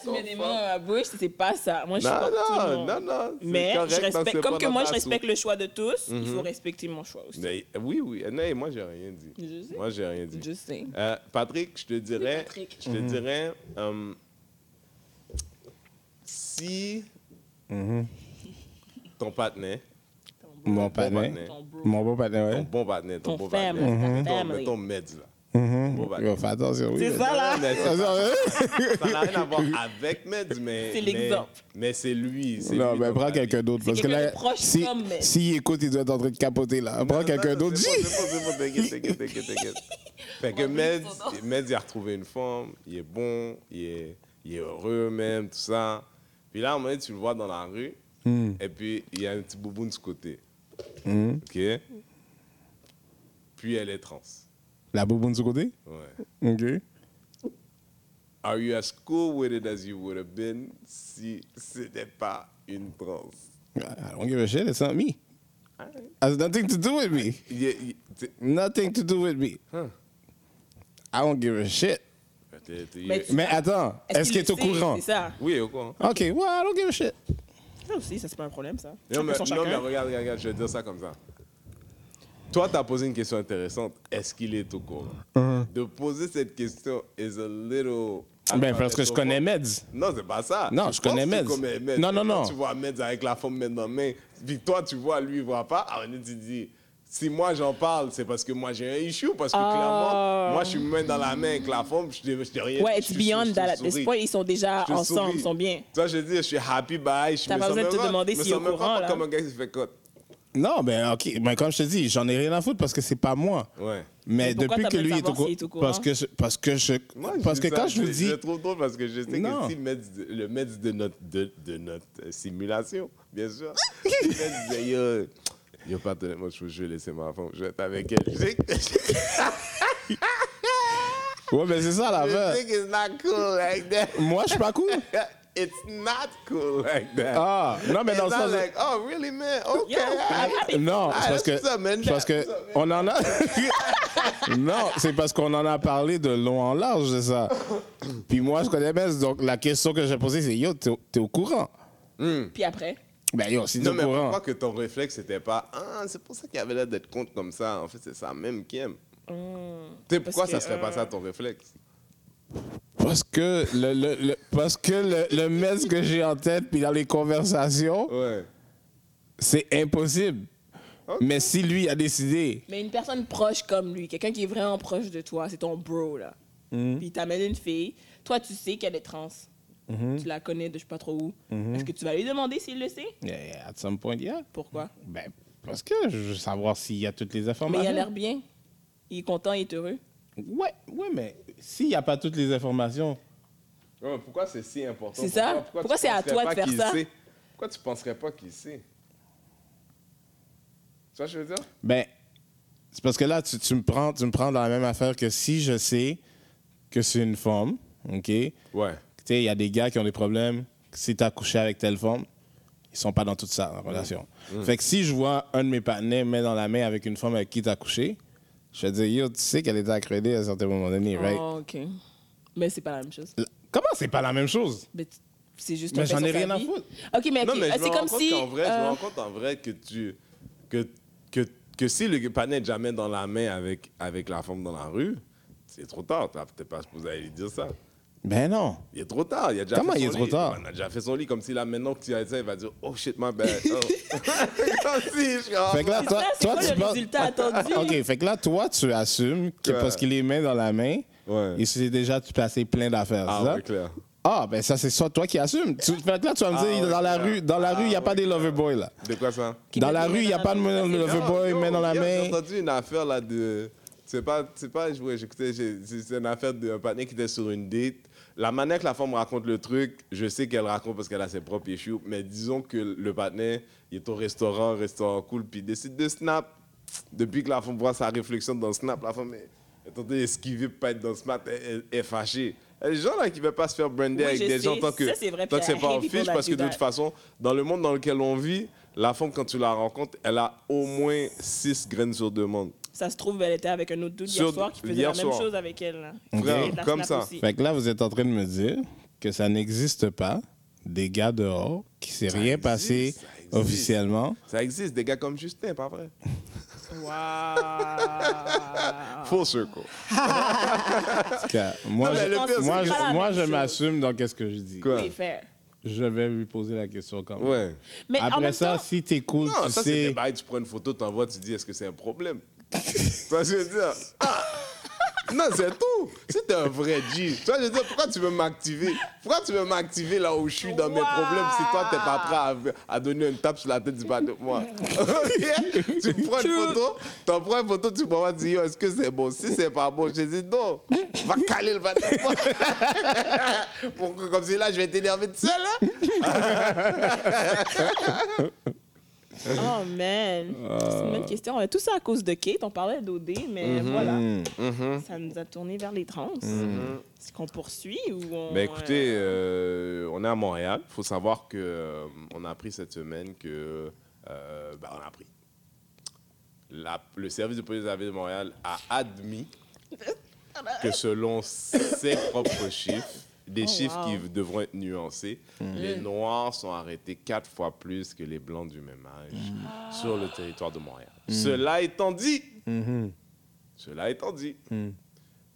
Speaker 2: tu mets des
Speaker 1: alphabétophobe.
Speaker 2: mains dans ma bouche, c'est pas ça. Moi, je suis
Speaker 1: Non,
Speaker 2: pour tout le
Speaker 1: non,
Speaker 2: monde.
Speaker 1: non, non. c'est
Speaker 2: Mais
Speaker 1: correct
Speaker 2: je
Speaker 1: parce
Speaker 2: respecte,
Speaker 1: c'est
Speaker 2: comme
Speaker 1: pas
Speaker 2: que
Speaker 1: dans
Speaker 2: moi,
Speaker 1: ta
Speaker 2: je respecte
Speaker 1: soupe.
Speaker 2: le choix de tous, il
Speaker 1: Mhm.
Speaker 2: faut respecter mon choix aussi.
Speaker 1: Mais- oui, oui. Non, et moi, j'ai rien dit.
Speaker 2: Je sais.
Speaker 1: Moi, j'ai rien dit.
Speaker 2: Je sais.
Speaker 1: Euh, Patrick, je te dirais,
Speaker 2: Patrick.
Speaker 1: je te
Speaker 3: Mhm.
Speaker 1: dirais, euh, si
Speaker 3: Mhm.
Speaker 1: ton partenaire,
Speaker 3: Mon
Speaker 1: partenaire.
Speaker 3: partenaire.
Speaker 2: Ton bro.
Speaker 3: Mon bon partenaire,
Speaker 1: ton
Speaker 3: ouais.
Speaker 1: bon partenaire, ton,
Speaker 2: Ton
Speaker 1: bon
Speaker 2: femme,
Speaker 1: partenaire,
Speaker 2: ta
Speaker 1: mettons-
Speaker 2: family.
Speaker 1: mettons meds, là.
Speaker 3: Mhm.
Speaker 1: Bon partenaire.
Speaker 3: Il va faire attention, oui.
Speaker 2: C'est ça, là.
Speaker 1: Mais c'est-
Speaker 3: Ah, ça, ouais.
Speaker 1: ça n'a rien à voir avec meds, mais mais-
Speaker 2: C'est l'exemple.
Speaker 1: Mais c'est lui. c'est
Speaker 3: Non,
Speaker 1: lui,
Speaker 3: mais
Speaker 1: ton
Speaker 3: prends
Speaker 1: partenaire.
Speaker 3: quelqu'un d'autre.
Speaker 2: C'est
Speaker 3: Parce que
Speaker 2: quelqu'un
Speaker 3: là,
Speaker 2: de proche
Speaker 3: s'il
Speaker 2: comme, mais-
Speaker 3: s'il écoute, il doit être en train de capoter là. Prends quelqu'un d'autre.
Speaker 1: C'est
Speaker 3: J.
Speaker 1: bon, c'est bon, c'est bon, t'inquiète, t'inquiète, t'inquiète, t'inquiète. Fait que
Speaker 2: On
Speaker 1: Meds,
Speaker 2: oublie son nom.
Speaker 1: Meds, il a retrouvé une forme, il est bon, il est, il est heureux même, tout ça. Puis là, à un moment donné, tu le vois dans la rue,
Speaker 3: Hmm.
Speaker 1: et puis il y a un petit bouboune de ce côté,
Speaker 3: Mhm.
Speaker 1: ok? Puis elle est trans,
Speaker 3: La bouboune du côté.
Speaker 1: ouais.
Speaker 3: Ok.
Speaker 1: Are you as cool with it as you would have been si ce n'était pas une trans?
Speaker 3: Ah, I don't give a shit. It's not me.
Speaker 1: Alright.
Speaker 3: Has nothing to do with me.
Speaker 1: Il est- il- t'es-
Speaker 3: Nothing to do with me.
Speaker 1: Huh.
Speaker 3: I don't give a shit.
Speaker 1: t'es- t'es-
Speaker 2: Mais tu-
Speaker 3: Mais attends, est-ce qu'il est
Speaker 2: qu'il
Speaker 3: au
Speaker 2: le sait?
Speaker 3: courant?
Speaker 2: C'est ça.
Speaker 1: Oui, au courant.
Speaker 3: Ok, well, I don't give a shit.
Speaker 2: Ça aussi, ça, c'est pas un problème, ça.
Speaker 1: Non,
Speaker 2: Chacun
Speaker 1: mais,
Speaker 2: son
Speaker 1: non, mais
Speaker 2: chacun.
Speaker 1: regarde, regarde, regarde, je vais dire ça comme ça. Toi, tu as posé une question intéressante. Est-ce qu'il est au courant
Speaker 3: Mm-hmm.
Speaker 1: De poser cette question is a little.
Speaker 3: Ben, parce que je connais Meds.
Speaker 1: Non, c'est pas ça.
Speaker 3: Non,
Speaker 1: Tu
Speaker 3: je
Speaker 1: penses
Speaker 3: connais
Speaker 1: que tu
Speaker 3: Meds.
Speaker 1: connais
Speaker 3: Non, non,
Speaker 1: Quand
Speaker 3: non.
Speaker 1: Tu vois Meds avec la forme main dans main. Puis toi, tu vois, lui, il voit pas. Alors, tu dis. Si moi j'en parle, c'est parce que moi j'ai un issue, parce que clairement, moi je suis main dans la main avec la forme, je dis je dis rien.
Speaker 2: Ah. Ouais,
Speaker 1: je
Speaker 2: it's
Speaker 1: suis-
Speaker 2: beyond
Speaker 1: je
Speaker 2: that. At
Speaker 1: souris.
Speaker 2: this point, ils sont déjà
Speaker 1: Je
Speaker 2: ensemble,
Speaker 1: souris.
Speaker 2: ils sont bien.
Speaker 1: Toi, je dis, je suis happy, bye. Je
Speaker 2: T'as
Speaker 1: me
Speaker 2: pas
Speaker 1: sens
Speaker 2: besoin de
Speaker 1: même
Speaker 2: te demander
Speaker 1: je me
Speaker 2: s'il est
Speaker 1: sens
Speaker 2: au
Speaker 1: même
Speaker 2: courant,
Speaker 1: pas
Speaker 2: là.
Speaker 1: comme un gars qui se fait cote.
Speaker 3: Non, ben, ok. Ben, comme je te dis, j'en ai rien à foutre parce que c'est pas moi.
Speaker 1: Ouais.
Speaker 3: Mais
Speaker 2: Mais pourquoi
Speaker 3: depuis que
Speaker 2: t'appelles
Speaker 3: lui est
Speaker 2: savoir
Speaker 3: au, cour-
Speaker 2: s'il est au courant?
Speaker 3: Parce que, je- parce que, je,
Speaker 1: Moi, je
Speaker 3: parce que
Speaker 1: dis ça,
Speaker 3: quand je vous dis.
Speaker 1: Je le trouve drôle parce que je sais
Speaker 3: Non.
Speaker 1: que si Metz- le Metz de notre, de, de notre euh, simulation, bien sûr, si Metz disait, yo, yo, partenaire, moi, je vais laisser ma femme, je vais être avec elle. Je sais que
Speaker 3: Ouais, mais c'est ça la
Speaker 1: je
Speaker 3: l'affaire.
Speaker 1: sais que it's not cool like that.
Speaker 3: Moi, je suis pas cool.
Speaker 1: It's not cool like that.
Speaker 3: Ah, non, mais
Speaker 1: It's
Speaker 3: dans le
Speaker 1: not
Speaker 3: sens. de-
Speaker 1: like, oh, really, man? Okay.
Speaker 2: Yo, I'm happy.
Speaker 3: Non, c'est parce
Speaker 1: Ah, that's what's up, man.
Speaker 3: que. Parce que.
Speaker 1: That's what's up,
Speaker 3: On en a. non, c'est parce qu'on en a parlé de long en large de ça. Puis moi, je connais Meds, donc la question que j'ai posée, c'est Yo, t'es au- t'es au courant?
Speaker 2: Puis après,
Speaker 3: Ben, yo, si t'es
Speaker 1: Non,
Speaker 3: au
Speaker 1: mais
Speaker 3: courant.
Speaker 1: pourquoi que ton réflexe n'était pas Ah, c'est pour ça qu'il avait l'air d'être contre comme ça. En fait, c'est ça même qui aime.
Speaker 2: Mm.
Speaker 1: Tu sais, pourquoi
Speaker 2: parce
Speaker 1: ça
Speaker 2: que,
Speaker 1: serait pas
Speaker 2: euh,
Speaker 1: ça ton réflexe
Speaker 3: Parce que le, le, le- parce que le, le Mets que j'ai en tête, puis dans les conversations,
Speaker 1: Ouais.
Speaker 3: c'est impossible.
Speaker 1: Ok.
Speaker 3: Mais si lui a décidé,
Speaker 2: mais une personne proche comme lui, quelqu'un qui est vraiment proche de toi, c'est ton bro, là.
Speaker 1: Mhm.
Speaker 2: Puis il t'amène une fille, toi, tu sais qu'elle est trans.
Speaker 1: Mhm.
Speaker 2: Tu la connais de je sais pas trop où. Est-ce que tu vas lui demander s'il le sait?
Speaker 3: eh, at some point, yeah.
Speaker 2: Pourquoi?
Speaker 3: Ben, parce que je veux savoir s'il y a toutes les
Speaker 2: Mais
Speaker 3: informations.
Speaker 2: il a l'air bien. Il est content, il est heureux.
Speaker 3: Ouais, ouais, mais s'il n'y a pas toutes les informations,
Speaker 1: Ouais, mais pourquoi c'est si important
Speaker 2: C'est
Speaker 1: pour
Speaker 2: ça.
Speaker 1: toi?
Speaker 2: Pourquoi
Speaker 1: tu
Speaker 2: c'est à
Speaker 1: penserais
Speaker 2: toi de
Speaker 1: pas
Speaker 2: faire
Speaker 1: qu'il
Speaker 2: ça?
Speaker 1: sait? Pourquoi tu penserais pas qu'il sait Tu vois ce que je veux dire
Speaker 3: ben, c'est parce que là, tu, tu me prends, tu me prends dans la même affaire que si je sais que c'est une femme, OK? Tu
Speaker 1: Ouais.
Speaker 3: sais, il y a des gars qui ont des problèmes, si tu as couché avec telle femme, ils sont pas dans toute sa relation.
Speaker 1: Mm.
Speaker 3: Fait que si je vois un de mes partenaires met dans la main avec une femme avec qui tu as couché, je vais dire, yo, tu sais qu'elle était accrédée à un certain moment donné, right?
Speaker 2: Ah, OK. Mais c'est pas la même chose.
Speaker 3: L- Comment c'est pas la même chose?
Speaker 2: Mais tu- C'est juste
Speaker 3: Mais
Speaker 2: un fait
Speaker 3: j'en ai
Speaker 2: sur sa
Speaker 3: rien à
Speaker 2: vie.
Speaker 3: foutre.
Speaker 2: OK, mais,
Speaker 1: Non,
Speaker 2: ok,
Speaker 1: mais je me
Speaker 2: euh, c'est
Speaker 1: rends
Speaker 2: comme
Speaker 1: compte
Speaker 2: si...
Speaker 1: qu'en vrai, je me
Speaker 2: euh,
Speaker 1: rends compte en vrai que tu. que, que, que si le panneau n'est jamais dans la main avec, avec la femme dans la rue, c'est trop tard. T'as- T'es pas supposé aller lui dire ça.
Speaker 3: Ben non.
Speaker 1: Il est trop tard. Il a déjà
Speaker 3: Comment
Speaker 1: fait
Speaker 3: il est
Speaker 1: son
Speaker 3: trop
Speaker 1: lit.
Speaker 3: tard?
Speaker 1: Il a déjà fait son lit. Comme si là, maintenant que tu as ça, il va dire Oh shit, my bad. Oh. comme si je
Speaker 3: Fait que là, toi,
Speaker 2: ça, c'est
Speaker 3: toi,
Speaker 2: quoi
Speaker 3: tu
Speaker 2: le
Speaker 3: penses-
Speaker 2: résultat attendu?
Speaker 3: Ah, OK, fait que là, toi, tu assumes que
Speaker 1: Ouais.
Speaker 3: parce qu'il les met dans la main,
Speaker 1: Ouais.
Speaker 3: il s'est déjà placé plein d'affaires, c'est
Speaker 1: Ah,
Speaker 3: ça?
Speaker 1: ouais, clair.
Speaker 3: Ah, ben ça, c'est soit toi qui assumes. Tu, fait que là, tu vas me
Speaker 1: Ah,
Speaker 3: dire,
Speaker 1: ouais,
Speaker 3: dans la
Speaker 1: clair.
Speaker 3: rue, dans la
Speaker 1: Ah,
Speaker 3: rue, il n'y a pas
Speaker 1: ouais,
Speaker 3: des
Speaker 1: clair.
Speaker 3: loverboys, là.
Speaker 1: De quoi ça
Speaker 2: Qui
Speaker 3: Dans
Speaker 2: met
Speaker 3: la
Speaker 2: des
Speaker 3: rue,
Speaker 2: mains
Speaker 3: il n'y a
Speaker 2: dans
Speaker 3: pas de
Speaker 2: la main. Ah,
Speaker 3: loverboy,
Speaker 1: Non,
Speaker 3: main dans la
Speaker 1: hier,
Speaker 3: main.
Speaker 1: J'ai entendu une affaire là de. C'est pas, c'est pas joué, j'écoutais, j'ai- c'est c'est une affaire d'un partenaire qui était sur une date. La manière que la femme raconte le truc, je sais qu'elle raconte parce qu'elle a ses propres issues, mais disons que le partenaire il est au restaurant, restaurant cool, puis il décide de snap. Depuis que la femme voit sa réflexion dans le snap, la femme est, est tentée d'esquiver pour pas être dans le snap, elle, elle est fâchée. Il y a des gens là qui ne veulent pas se faire brander
Speaker 2: Oui,
Speaker 1: avec
Speaker 2: je
Speaker 1: des gens
Speaker 2: sais.
Speaker 1: tant que,
Speaker 2: Ça, c'est vrai,
Speaker 1: tant que
Speaker 2: puis
Speaker 1: c'est
Speaker 2: I
Speaker 1: pas
Speaker 2: hate
Speaker 1: en
Speaker 2: people
Speaker 1: fiche,
Speaker 2: that
Speaker 1: parce que
Speaker 2: do
Speaker 1: de toute
Speaker 2: that.
Speaker 1: façon, façon, dans le monde dans lequel on vit, la femme, quand tu la rencontres, elle a au moins six graines sur demande.
Speaker 2: Ça se trouve, elle était avec un autre dude hier
Speaker 1: Sur-
Speaker 2: soir qui faisait
Speaker 1: hier
Speaker 2: la même
Speaker 1: soir.
Speaker 2: chose avec elle. là.
Speaker 3: Ok.
Speaker 2: Il faisait de la
Speaker 1: Comme
Speaker 2: snap
Speaker 1: ça.
Speaker 2: aussi.
Speaker 3: Fait que là, vous êtes en train de me dire que ça n'existe pas des gars dehors qui s'est rien
Speaker 1: existe,
Speaker 3: passé
Speaker 1: ça existe.
Speaker 3: officiellement.
Speaker 1: Ça existe, des gars comme Justin, pas vrai?
Speaker 2: Wow.
Speaker 1: Full circle.
Speaker 3: Parce que moi,
Speaker 1: Non, mais
Speaker 3: je,
Speaker 1: le pire, c'est
Speaker 3: moi,
Speaker 1: que-
Speaker 3: je-
Speaker 2: Pas la
Speaker 3: moi,
Speaker 2: même
Speaker 3: je
Speaker 2: chose.
Speaker 3: m'assume dans qu'est-ce que je dis.
Speaker 1: Quoi?
Speaker 2: Oui, fair.
Speaker 3: Je vais lui poser la question quand même.
Speaker 1: Ouais.
Speaker 2: Mais en
Speaker 3: Après
Speaker 2: même
Speaker 3: ça,
Speaker 2: temps,
Speaker 3: si t'es cool,
Speaker 1: Non,
Speaker 3: tu
Speaker 1: ça, c'est des
Speaker 3: sais.
Speaker 1: bails, tu prends une photo, t'envoies, tu dis, est-ce que c'est un problème? Parce que je veux dire, ah, non, c'est tout. Si t'es un vrai G, tu vois, je veux dire, pourquoi tu veux m'activer? Pourquoi tu veux m'activer là où je suis dans mes
Speaker 2: Wow.
Speaker 1: problèmes si toi, t'es pas prêt à, à donner une tape sur la tête du bateau? Moi. Ok? Tu prends une photo, t'en prends une photo, tu m'envoies, tu dis, Yo, est-ce que c'est bon? Si c'est pas bon, je dis, non, va caler le bateau. Pour que- comme si là, je vais t'énerver tout seul, hein?
Speaker 2: oh man, c'est une bonne question. Euh, Tout ça à cause de Kate, on parlait d'OD, mais
Speaker 1: Mhm.
Speaker 2: voilà, ça nous a tourné vers les trans. Est-ce qu'on poursuit ou on...
Speaker 1: Mhm. Ben écoutez, euh, on est à Montréal. Il faut savoir que euh, on a appris cette semaine que euh, ben, on a appris. La- le service de police de la ville de Montréal a admis que selon ses propres chiffres, des
Speaker 2: Oh,
Speaker 1: chiffres
Speaker 2: wow. Hmm.
Speaker 1: qui devront être nuancés, les Noirs sont arrêtés quatre fois plus que les Blancs du même âge
Speaker 2: Hmm.
Speaker 1: sur le territoire de Montréal. Cela étant dit,
Speaker 2: Hmm.
Speaker 1: cela étant dit,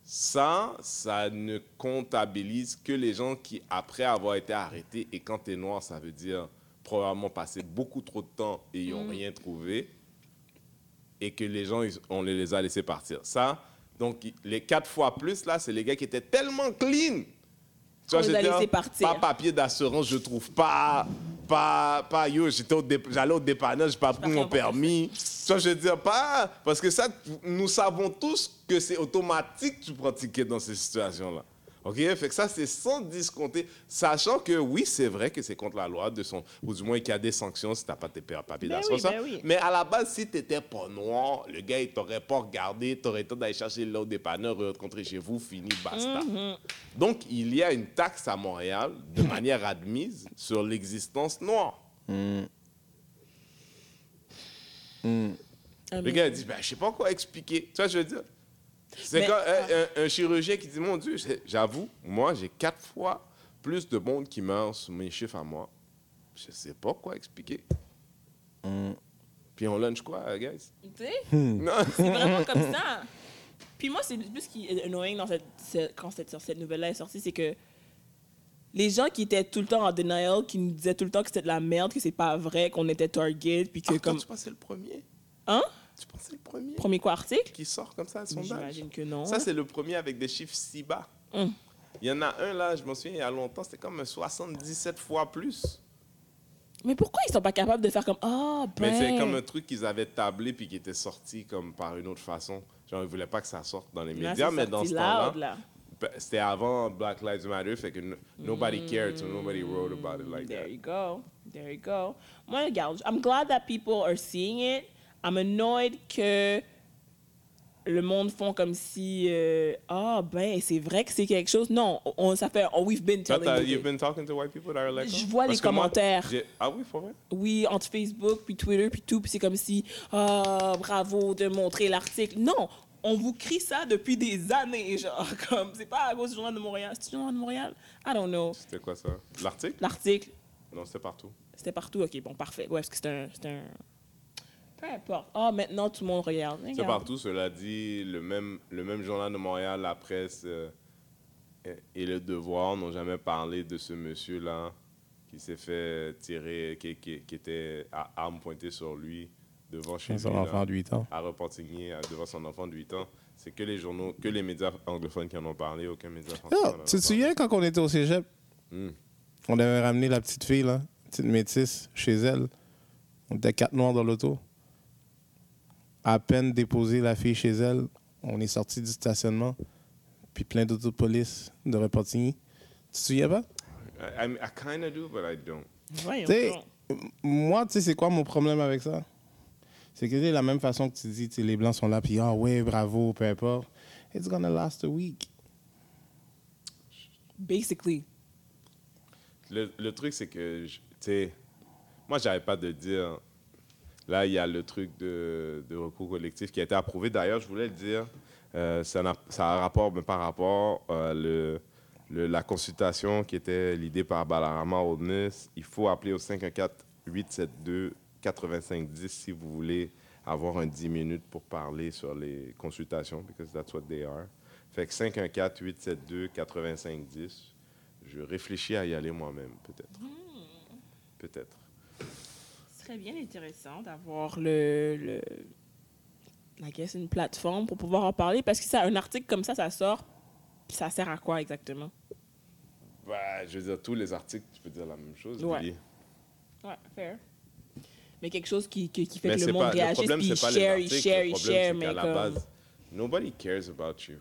Speaker 1: ça, ça ne comptabilise que les gens qui, après avoir été arrêtés, et quand tu es noir, ça veut dire probablement passer beaucoup trop de temps et ils
Speaker 2: Mm.
Speaker 1: n'ont rien trouvé, et que les gens, ils- on les les a laissés partir. Ça, donc i- les quatre fois plus, là, c'est les gars qui étaient tellement clean. Tu
Speaker 2: On les
Speaker 1: je
Speaker 2: a
Speaker 1: veux dire,
Speaker 2: laissés partir.
Speaker 1: Pas papier d'assurance, je trouve pas. Pas, pas yo, j'étais au dé- j'allais au dépanneur, j'ai pas pris
Speaker 2: pas
Speaker 1: mon
Speaker 2: fait mon
Speaker 1: permis. Ça, je veux dire, pas. Parce que ça, nous savons tous que c'est automatique que tu prends ticket dans ces situations-là. OK? Fait que ça, c'est sans discompter. Sachant que oui, c'est vrai que c'est contre la loi, de son, ou du moins qu'il y a des sanctions si t'as pas tes pa- papiers
Speaker 2: Ben
Speaker 1: d'assurance.
Speaker 2: oui, ben oui.
Speaker 1: Mais à la base, si t'étais pas noir, le gars, il t'aurait pas regardé, t'aurais le temps d'aller chercher l'autre dépanneur, rencontrer chez vous, fini, basta.
Speaker 2: Mhm.
Speaker 1: Donc, il y a une taxe à Montréal, de manière admise, sur l'existence noire.
Speaker 2: Ah,
Speaker 1: Le
Speaker 2: mais-
Speaker 1: gars il dit, ben, je sais pas quoi expliquer. Tu vois, je veux dire. C'est
Speaker 2: Mais-
Speaker 1: comme euh, un, un- un chirurgien qui dit, mon Dieu, j'ai- j'avoue, moi, j'ai quatre fois plus de monde qui meurt sur mes chiffres à moi. Je sais pas quoi expliquer. Puis on lunch quoi, guys?
Speaker 2: Tu sais,
Speaker 1: Non.
Speaker 2: C'est vraiment comme ça. Puis moi, c'est plus ce qui est annoying dans cette, ce- quand cette, sur cette nouvelle-là est sortie, c'est que les gens qui étaient tout le temps en denial, qui nous disaient tout le temps que c'était de la merde, que c'est pas vrai, qu'on était target, puis que
Speaker 1: Ah,
Speaker 2: comme...
Speaker 1: toi, tu pensais le premier?
Speaker 2: Hein?
Speaker 1: Tu pensais le premier
Speaker 2: Premier quoi article?
Speaker 1: qui sort comme ça à sondage?
Speaker 2: J'imagine que non.
Speaker 1: Ça, c'est le premier avec des chiffres si bas.
Speaker 2: Hein? Hum.
Speaker 1: Il y en a un là, je m'en souviens, il y a longtemps, c'était comme un 77 fois plus.
Speaker 2: Mais pourquoi ils sont pas capables de faire comme ah ben
Speaker 1: Mais c'est comme un truc qu'ils avaient tablé puis qui était sorti comme par une autre façon. Genre, ils voulaient pas que ça sorte dans les
Speaker 2: Là,
Speaker 1: médias,
Speaker 2: c'est
Speaker 1: mais dans
Speaker 2: sorti
Speaker 1: ce temps-là,
Speaker 2: loud, là.
Speaker 1: ben, c'était avant Black Lives Matter, fait que n- nobody cared, so nobody wrote about it like
Speaker 2: Hum. There
Speaker 1: that.
Speaker 2: you go. There you go. Moi, regarde, I'm glad that people are seeing it. I'm annoyed que le monde font comme si euh, ah ben c'est vrai que c'est quelque chose. Non, on ça fait oh, we've been
Speaker 1: Toi,
Speaker 2: telling
Speaker 1: t'as-
Speaker 2: you
Speaker 1: uh, you've
Speaker 2: this.
Speaker 1: been talking to white people that are like
Speaker 2: Je
Speaker 1: that?
Speaker 2: vois les
Speaker 1: que moi,
Speaker 2: commentaires.
Speaker 1: j'ai- ah oui, pour vrai?
Speaker 2: Oui, entre Facebook puis Twitter puis tout, puis c'est comme si ah bravo de montrer l'article. Non, on vous crie ça depuis des années genre comme c'est pas à cause du journal de Montréal, c'est du journal de Montréal. I don't know.
Speaker 1: C'était quoi ça? L'article?
Speaker 2: L'article
Speaker 1: Non, c'était partout.
Speaker 2: C'était partout. OK, bon, parfait. Ouais, parce que c'est un, c'est un... Peu importe. Ah, maintenant, tout le monde regarde.
Speaker 1: C'est
Speaker 2: Regarde.
Speaker 1: partout, cela dit, le même, le même journal de Montréal, la presse euh, et- et le devoir n'ont jamais parlé de ce monsieur-là qui s'est fait tirer, qui, qui- qui était à arme pointée sur lui devant chez lui,
Speaker 3: Son enfant
Speaker 1: là,
Speaker 3: de 8 ans.
Speaker 1: à Repentigny, à- devant son enfant de 8 ans. C'est que les journaux, que les médias anglophones qui en ont parlé, aucun média français. n'en
Speaker 3: Oh,
Speaker 1: a
Speaker 3: tu te
Speaker 1: parlé.
Speaker 3: souviens quand on était au cégep,
Speaker 1: Hmm.
Speaker 3: on avait ramené la petite fille, là, petite métisse, chez elle. On était quatre noirs dans l'auto. À peine déposé la fille chez elle, on est sorti du stationnement, puis plein d'autos de police de Repentigny. Tu te souviens pas?
Speaker 1: I, I, I kinda do, but I don't.
Speaker 2: Voyons
Speaker 3: Tu sais,
Speaker 2: donc.
Speaker 3: m- moi, tu sais, c'est quoi mon problème avec ça? C'est que c'est la même façon que tu dis, tu sais, les Blancs sont là, puis ah ouais, bravo, peu importe. It's gonna last a week.
Speaker 2: Basically.
Speaker 1: Le, le truc, c'est que, je- tu sais, moi, j'avais pas de dire. Là, il y a le truc de, de recours collectif qui a été approuvé. D'ailleurs, je voulais le dire, euh, ça, n'a- ça a un rapport, mais par rapport euh, le, le- la consultation qui était l'idée par Balarama Omnis. Il faut appeler au 514-872-8510 si vous voulez avoir un 10 minutes pour parler sur les consultations, because that's what they are. Fait que 514-872-8510. Je réfléchis à y aller moi-même, peut-être.
Speaker 2: Hmm.
Speaker 1: Peut-être.
Speaker 2: Ce serait bien intéressant d'avoir le... le I guess, une plateforme pour pouvoir en parler. Parce que ça, un article comme ça, ça sort. puis Ça sert à quoi exactement?
Speaker 1: Bah, je veux dire, tous les articles, tu peux dire la même chose.
Speaker 2: Ouais.
Speaker 1: Billy.
Speaker 2: Ouais, fair. Mais quelque chose qui, qui, qui fait
Speaker 1: Mais
Speaker 2: que
Speaker 1: c'est
Speaker 2: le monde
Speaker 1: pas-
Speaker 2: réagisse, puis il share, il share, il
Speaker 1: problème,
Speaker 2: share,
Speaker 1: c'est
Speaker 2: mais
Speaker 1: qu'à
Speaker 2: comme...
Speaker 1: la base, nobody cares about you.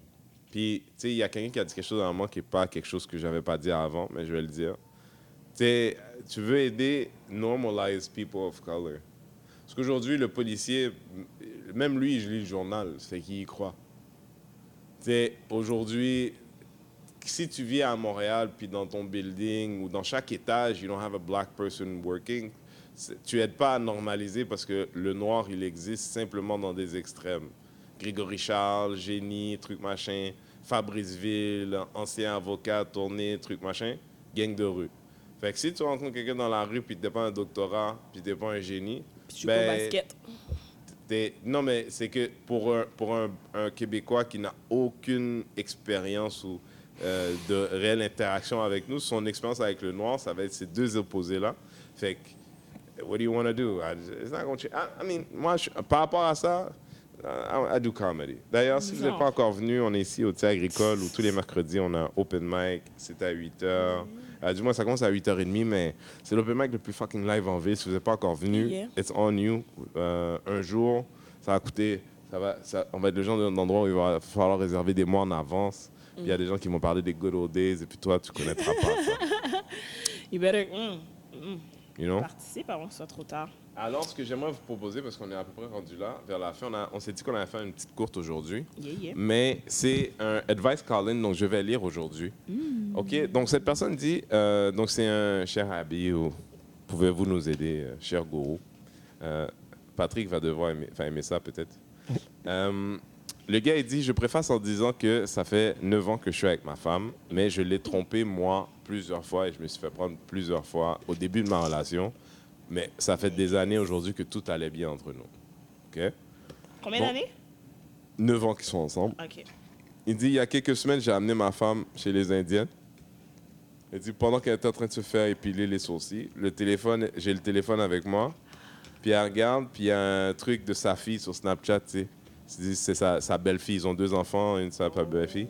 Speaker 1: Puis, tu sais, il y a quelqu'un qui a dit quelque chose à moi qui n'est pas quelque chose que j'avais pas dit avant, mais je vais le dire. Tu sais, tu veux aider normalize people of color. Parce qu'aujourd'hui, le policier, m- même lui, je lis le journal, c'est qu'il y croit. Tu sais, aujourd'hui, si tu vis à Montréal, puis dans ton building ou dans chaque étage, you don't have a black person working, c'est- tu n'aides pas à normaliser parce que le noir, il existe simplement dans des extrêmes. Grégory Charles, génie, truc machin, Fabrice Ville, ancien avocat, tourné, truc machin, gang de rue. Fait que si tu rencontres quelqu'un dans la rue, puis tu n'es pas un doctorat, puis tu n'es pas un génie,
Speaker 2: puis je joue
Speaker 1: ben,
Speaker 2: au basket.
Speaker 1: T'es- Non, mais c'est que pour un, pour un, un Québécois qui n'a aucune expérience ou euh, de réelle interaction avec nous, son expérience avec le noir, ça va être ces deux opposés-là. Fait que, what do you want to do? I, it's not gonna change. I, I mean, moi, je- par rapport à ça, I, I do comedy. D'ailleurs, si vous n'êtes
Speaker 2: Genre.
Speaker 1: pas encore venu, on est ici au Thé Agricole où tous les mercredis, on a un open mic. C'est à 8 h. du moins, ça commence à 8h30, mais c'est l'open mic le plus fucking live en ville. Si vous n'êtes pas encore venu,
Speaker 2: Yeah.
Speaker 1: it's on you. Euh, un jour, ça va coûter. Ça va, ça- on va être le genre d'endroit où il va falloir réserver des mois en avance. Puis Il y a des gens qui vont parler des good old days, et puis toi, tu connaîtras pas ça.
Speaker 2: You better... mm, mm,
Speaker 1: You know?
Speaker 2: participe avant que ce soit trop tard.
Speaker 1: Alors, ce que j'aimerais vous proposer, parce qu'on est à peu près rendu là, vers la fin, on, a- on s'est dit qu'on allait faire une petite courte aujourd'hui.
Speaker 2: Yeah, yeah.
Speaker 1: mais c'est un advice call-in, donc je vais lire aujourd'hui. OK, donc cette personne dit, euh, donc c'est un cher Abi, ou pouvez-vous nous aider, euh, cher gourou? Euh, Patrick va devoir aimer, enfin, aimer ça peut-être. Euh, le gars, il dit, je préface en disant que ça fait 9 ans que je suis avec ma femme, mais je l'ai trompée, moi, plusieurs fois, et je me suis fait prendre plusieurs fois au début de ma relation, mais ça fait des années aujourd'hui que tout allait bien entre nous. OK?
Speaker 2: Combien
Speaker 1: Bon.
Speaker 2: d'années?
Speaker 1: 9 ans qu'ils sont ensemble.
Speaker 2: OK.
Speaker 1: Il dit, il y a quelques semaines, j'ai amené ma femme chez les Indiens. Il dit, pendant qu'elle était en train de se faire épiler les sourcils, le téléphone, j'ai le téléphone avec moi. Puis elle regarde, puis il y a un truc de sa fille sur Snapchat, tu sais. C'est- C'est sa, sa belle-fille, ils ont deux enfants, une sa sa belle-fille.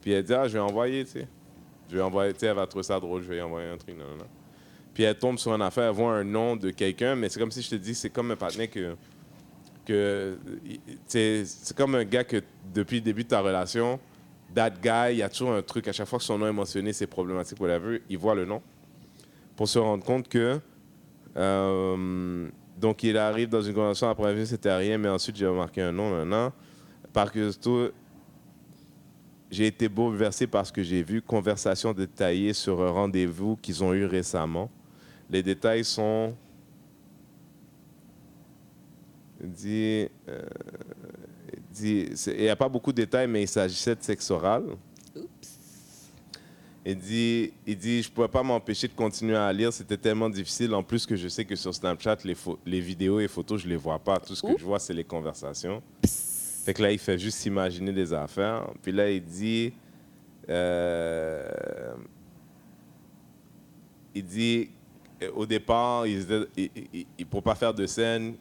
Speaker 1: Puis elle dit, ah, je vais envoyer, tu sais. Je vais envoyer, tu sais, elle va trouver ça drôle, je vais lui envoyer un truc, non, non, non. Puis elle tombe sur une affaire, elle voit un nom de quelqu'un, mais c'est comme si je te dis, c'est comme un partenaire que que il- il- t'sais, c'est comme un gars que depuis le début de ta relation, that guy, il y a toujours un truc. À chaque fois que son nom est mentionné, c'est problématique, whatever, il voit le nom pour se rendre compte que. euh, donc, il arrive dans une conversation, après, c'était rien, mais ensuite, j'ai remarqué un nom, un an. par curiosité, j'ai été bouleversé par ce que j'ai vu. Conversation détaillée sur un rendez-vous qu'ils ont eu récemment. Les détails sont. Il dit. euh, il dit- c'est- il n'y a pas beaucoup de détails, mais il s'agissait de sexe oral. Il dit, il dit, je ne pouvais pas m'empêcher de continuer à lire, c'était tellement difficile. En plus que je sais que sur Snapchat, les, pho- les vidéos et photos, je ne les vois pas. Tout ce que
Speaker 2: Oups.
Speaker 1: je vois, c'est les conversations. Fait que là, il fait juste s'imaginer des affaires. Puis là, il dit, euh, il dit, euh, au départ, il, se- il- il- il- pour ne pas faire de scène,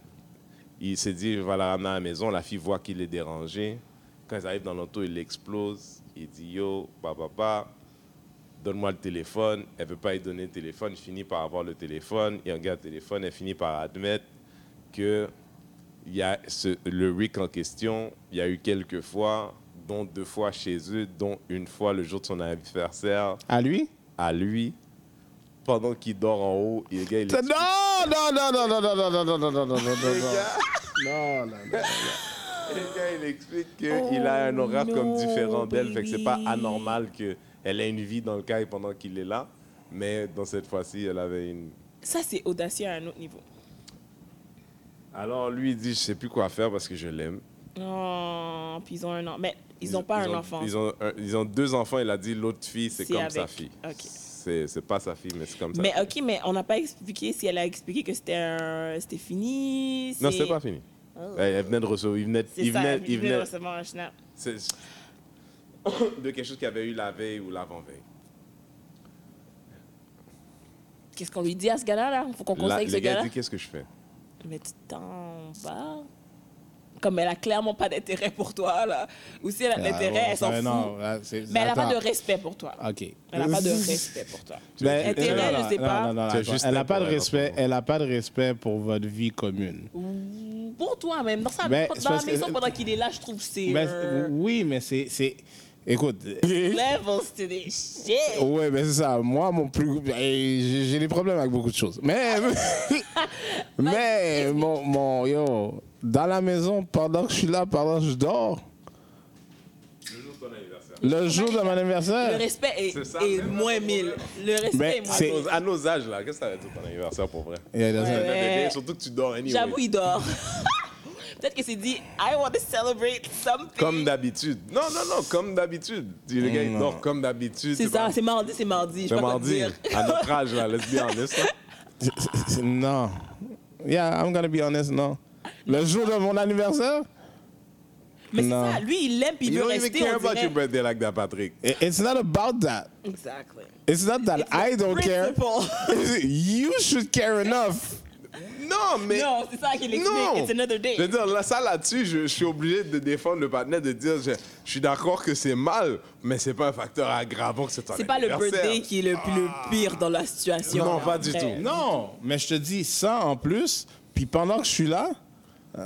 Speaker 1: il s'est dit, je vais la ramener à la maison. La fille voit qu'il est dérangé. Quand ils arrivent dans l'auto, il l'explose. Il dit, yo, papa, papa, donne-moi le téléphone. Elle ne veut pas lui donner le téléphone. Il finit par avoir le téléphone. Il regarde le téléphone. Elle finit par admettre que il y a ce- le Rick en question, il y a eu quelques fois, dont deux fois chez eux, dont une fois le jour de son anniversaire
Speaker 3: À lui?
Speaker 1: à lui, pendant qu'il dort en haut. Et le gars, il
Speaker 3: Non, non, non, non, non, non, non, non, non, non, non, non, non, non,
Speaker 1: le
Speaker 3: non.
Speaker 1: gars-
Speaker 3: Non, non, non.
Speaker 1: le gars, il explique qu'il a un
Speaker 2: Oh
Speaker 1: horaire comme
Speaker 2: non,
Speaker 1: différent d'elle, fait que c'est pas
Speaker 2: baby.
Speaker 1: anormal qu'elle ait une vie dans le caille pendant qu'il est là, mais dans cette fois-ci, elle avait une
Speaker 2: Ça, c'est audacieux à un autre niveau.
Speaker 1: alors lui il dit je sais plus quoi faire parce que je l'aime.
Speaker 2: Oh, puis ils ont un enfant. Mais ils n'ont pas un
Speaker 1: ont-
Speaker 2: enfant.
Speaker 1: Ils ont, un- ils ont deux enfants. Il a dit l'autre fille, c'est
Speaker 2: C'est
Speaker 1: comme sa
Speaker 2: avec.
Speaker 1: fille.
Speaker 2: Ok.
Speaker 1: C'est c'est pas sa fille, mais c'est comme ça.
Speaker 2: Mais ok, mais on n'a pas expliqué si elle a expliqué que c'était un... c'était fini.
Speaker 1: Non, c'est pas fini. Eh,
Speaker 2: Oh.
Speaker 1: Elle, elle venait de recevoir. Il venait.
Speaker 2: C'est
Speaker 1: Il
Speaker 2: ça,
Speaker 1: venait.
Speaker 2: il
Speaker 1: Il
Speaker 2: venait de
Speaker 1: venait
Speaker 2: recevoir un snap.
Speaker 1: c'est- de quelque chose qu'il avait eu la veille ou l'avant-veille.
Speaker 2: Qu'est-ce qu'on lui dit à ce gars-là, là? Faut qu'on
Speaker 1: La-
Speaker 2: conseille ce
Speaker 1: Le gars
Speaker 2: gars-là.
Speaker 1: dit Qu'est-ce que je fais
Speaker 2: Mais tu t'en vas. Comme elle a clairement pas d'intérêt pour toi, là. Ou si elle
Speaker 1: Ah,
Speaker 2: a de l'intérêt, elle s'en
Speaker 3: Euh,
Speaker 2: fout.
Speaker 3: non, là, c'est-
Speaker 2: Mais elle n'a pas de
Speaker 3: attends.
Speaker 2: respect pour toi.
Speaker 3: OK.
Speaker 2: Elle n'a pas de
Speaker 1: Euh,
Speaker 2: respect pour toi.
Speaker 1: Tu veux
Speaker 3: Ben,
Speaker 1: dire-
Speaker 2: Intérêt,
Speaker 3: non,
Speaker 2: je
Speaker 3: non,
Speaker 2: sais
Speaker 3: non,
Speaker 2: pas.
Speaker 3: non, non,
Speaker 1: C'est
Speaker 3: attends.
Speaker 1: juste
Speaker 3: elle n'a
Speaker 1: pour
Speaker 3: pas de
Speaker 1: elle,
Speaker 3: respect.
Speaker 1: pour
Speaker 3: Elle n'a pas de respect pour votre vie commune.
Speaker 2: Ouh, Pour toi, même. Dans, sa,
Speaker 3: Mais
Speaker 2: dans
Speaker 3: c'est
Speaker 2: la
Speaker 3: parce que-
Speaker 1: euh,
Speaker 2: maison, pendant qu'il est là, je trouve que c'est.
Speaker 3: Mais-
Speaker 2: euh,
Speaker 3: Ben, oui, mais c'est, c'est- écoute.
Speaker 2: Levels to this shit.
Speaker 3: Ouais, mais c'est ça. Moi, mon plus, eh, j'ai j'ai des problèmes avec beaucoup de choses. Mais,
Speaker 2: Ah.
Speaker 3: mais mon, mon- yo, dans la maison, pendant que je suis là, pendant que je dors,
Speaker 1: Le jour de ton anniversaire.
Speaker 3: le jour de mon
Speaker 2: Le
Speaker 3: anniversaire.
Speaker 2: respect est,
Speaker 1: C'est ça,
Speaker 2: est
Speaker 1: même.
Speaker 2: moins 1000. Le respect
Speaker 3: Mais
Speaker 2: est moins
Speaker 3: c'est-
Speaker 2: 1000.
Speaker 1: À nos- À nos âges, là, qu'est-ce que ça veut dire ton anniversaire pour vrai
Speaker 3: Yeah, that's
Speaker 2: Ouais.
Speaker 3: it.
Speaker 2: Ouais.
Speaker 1: Surtout que tu dors anyway.
Speaker 2: J'avoue, il dort. Peut-être que c'est dit, I want to celebrate something.
Speaker 1: Comme d'habitude. Non, non, non, comme d'habitude. Le gars, il
Speaker 3: Non.
Speaker 1: dort comme d'habitude.
Speaker 2: c'est ça,
Speaker 1: pas-
Speaker 2: c'est mardi, c'est mardi. Je sais
Speaker 1: Le
Speaker 2: pas quoi te
Speaker 1: mardi,
Speaker 2: dire.
Speaker 1: à notre âge, là, let's be honest. là.
Speaker 3: C'est- c'est- c'est- Non. Yeah, I'm gonna be honest, non. Le jour de mon anniversaire,
Speaker 2: Mais c'est
Speaker 3: Non.
Speaker 2: ça, lui, il l'aime puis il
Speaker 1: You
Speaker 2: veut
Speaker 1: don't even
Speaker 2: rester.
Speaker 1: care
Speaker 2: on
Speaker 1: about
Speaker 2: dirait.
Speaker 1: your birthday like that, Patrick.
Speaker 3: i- it's not about that.
Speaker 2: Exactly.
Speaker 3: It's not that I don't care.
Speaker 2: Principle.
Speaker 3: you should care enough.
Speaker 1: Non, mais.
Speaker 2: non, c'est ça qu'il explique.
Speaker 1: Non.
Speaker 2: It's another day.
Speaker 1: Je veux dire, là, ça là-dessus, je, je suis obligé de défendre le partenaire, de dire je, je suis d'accord que c'est mal, mais c'est pas un facteur aggravant que c'est ton
Speaker 2: C'est pas le
Speaker 1: anniversaire.
Speaker 2: birthday qui est le, le pire dans la situation.
Speaker 1: hein. Ah. Non,
Speaker 2: là,
Speaker 1: pas
Speaker 2: en
Speaker 1: du
Speaker 2: vrai.
Speaker 1: tout.
Speaker 3: Non, mais je te dis ça en plus, puis pendant que je suis là,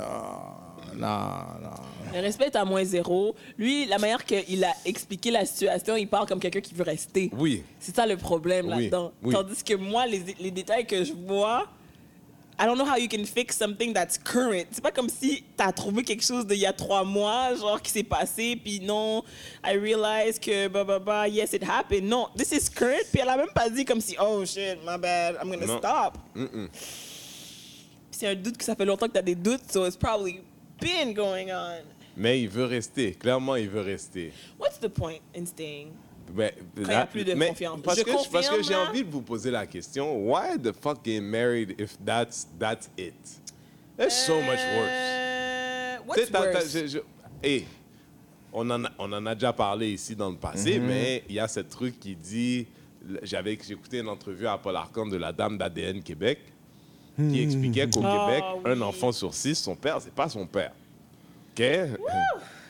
Speaker 3: euh, non, non.
Speaker 2: Le respect est à moins zéro. Lui, la manière qu'il a expliqué la situation, il parle comme quelqu'un qui veut rester.
Speaker 1: Oui.
Speaker 2: C'est ça le problème
Speaker 1: Oui,
Speaker 2: là-dedans.
Speaker 1: oui.
Speaker 2: Tandis que moi, les, les détails que je vois, I don't know how you can fix something that's current. C'est pas comme si t'as trouvé quelque chose d'il y a trois mois, genre qui s'est passé, puis non, I realize que bah bah bah, yes it happened. Non, this is current. Puis elle a même pas dit comme si oh shit, my bad, I'm gonna
Speaker 1: Non.
Speaker 2: stop. C'est un doute que ça fait longtemps que t'as des doutes, so it's probably been going on.
Speaker 1: Mais il veut rester. Clairement, il veut rester.
Speaker 2: What's the point in staying?
Speaker 1: Ben, Mais,
Speaker 2: il y a plus de confiance.
Speaker 1: Parce
Speaker 2: Je
Speaker 1: que, parce que
Speaker 2: confirme,
Speaker 1: j'ai
Speaker 2: hein.
Speaker 1: envie de vous poser la question why the fuck get married if that's, that's it? There's so much worse. Tu
Speaker 2: Uh,
Speaker 1: sais,
Speaker 2: Euh, what's
Speaker 1: t'as- t'as-
Speaker 2: worse?
Speaker 1: je- je- hey, on, en a, on en a déjà parlé ici dans le passé, mais il y a ce truc qui dit j'avais écouté une entrevue à Paul Arcand de la dame d'ADN Québec qui expliquait qu'au
Speaker 2: Ah,
Speaker 1: Québec, un
Speaker 2: oui.
Speaker 1: enfant sur six, son père, c'est pas son père. OK?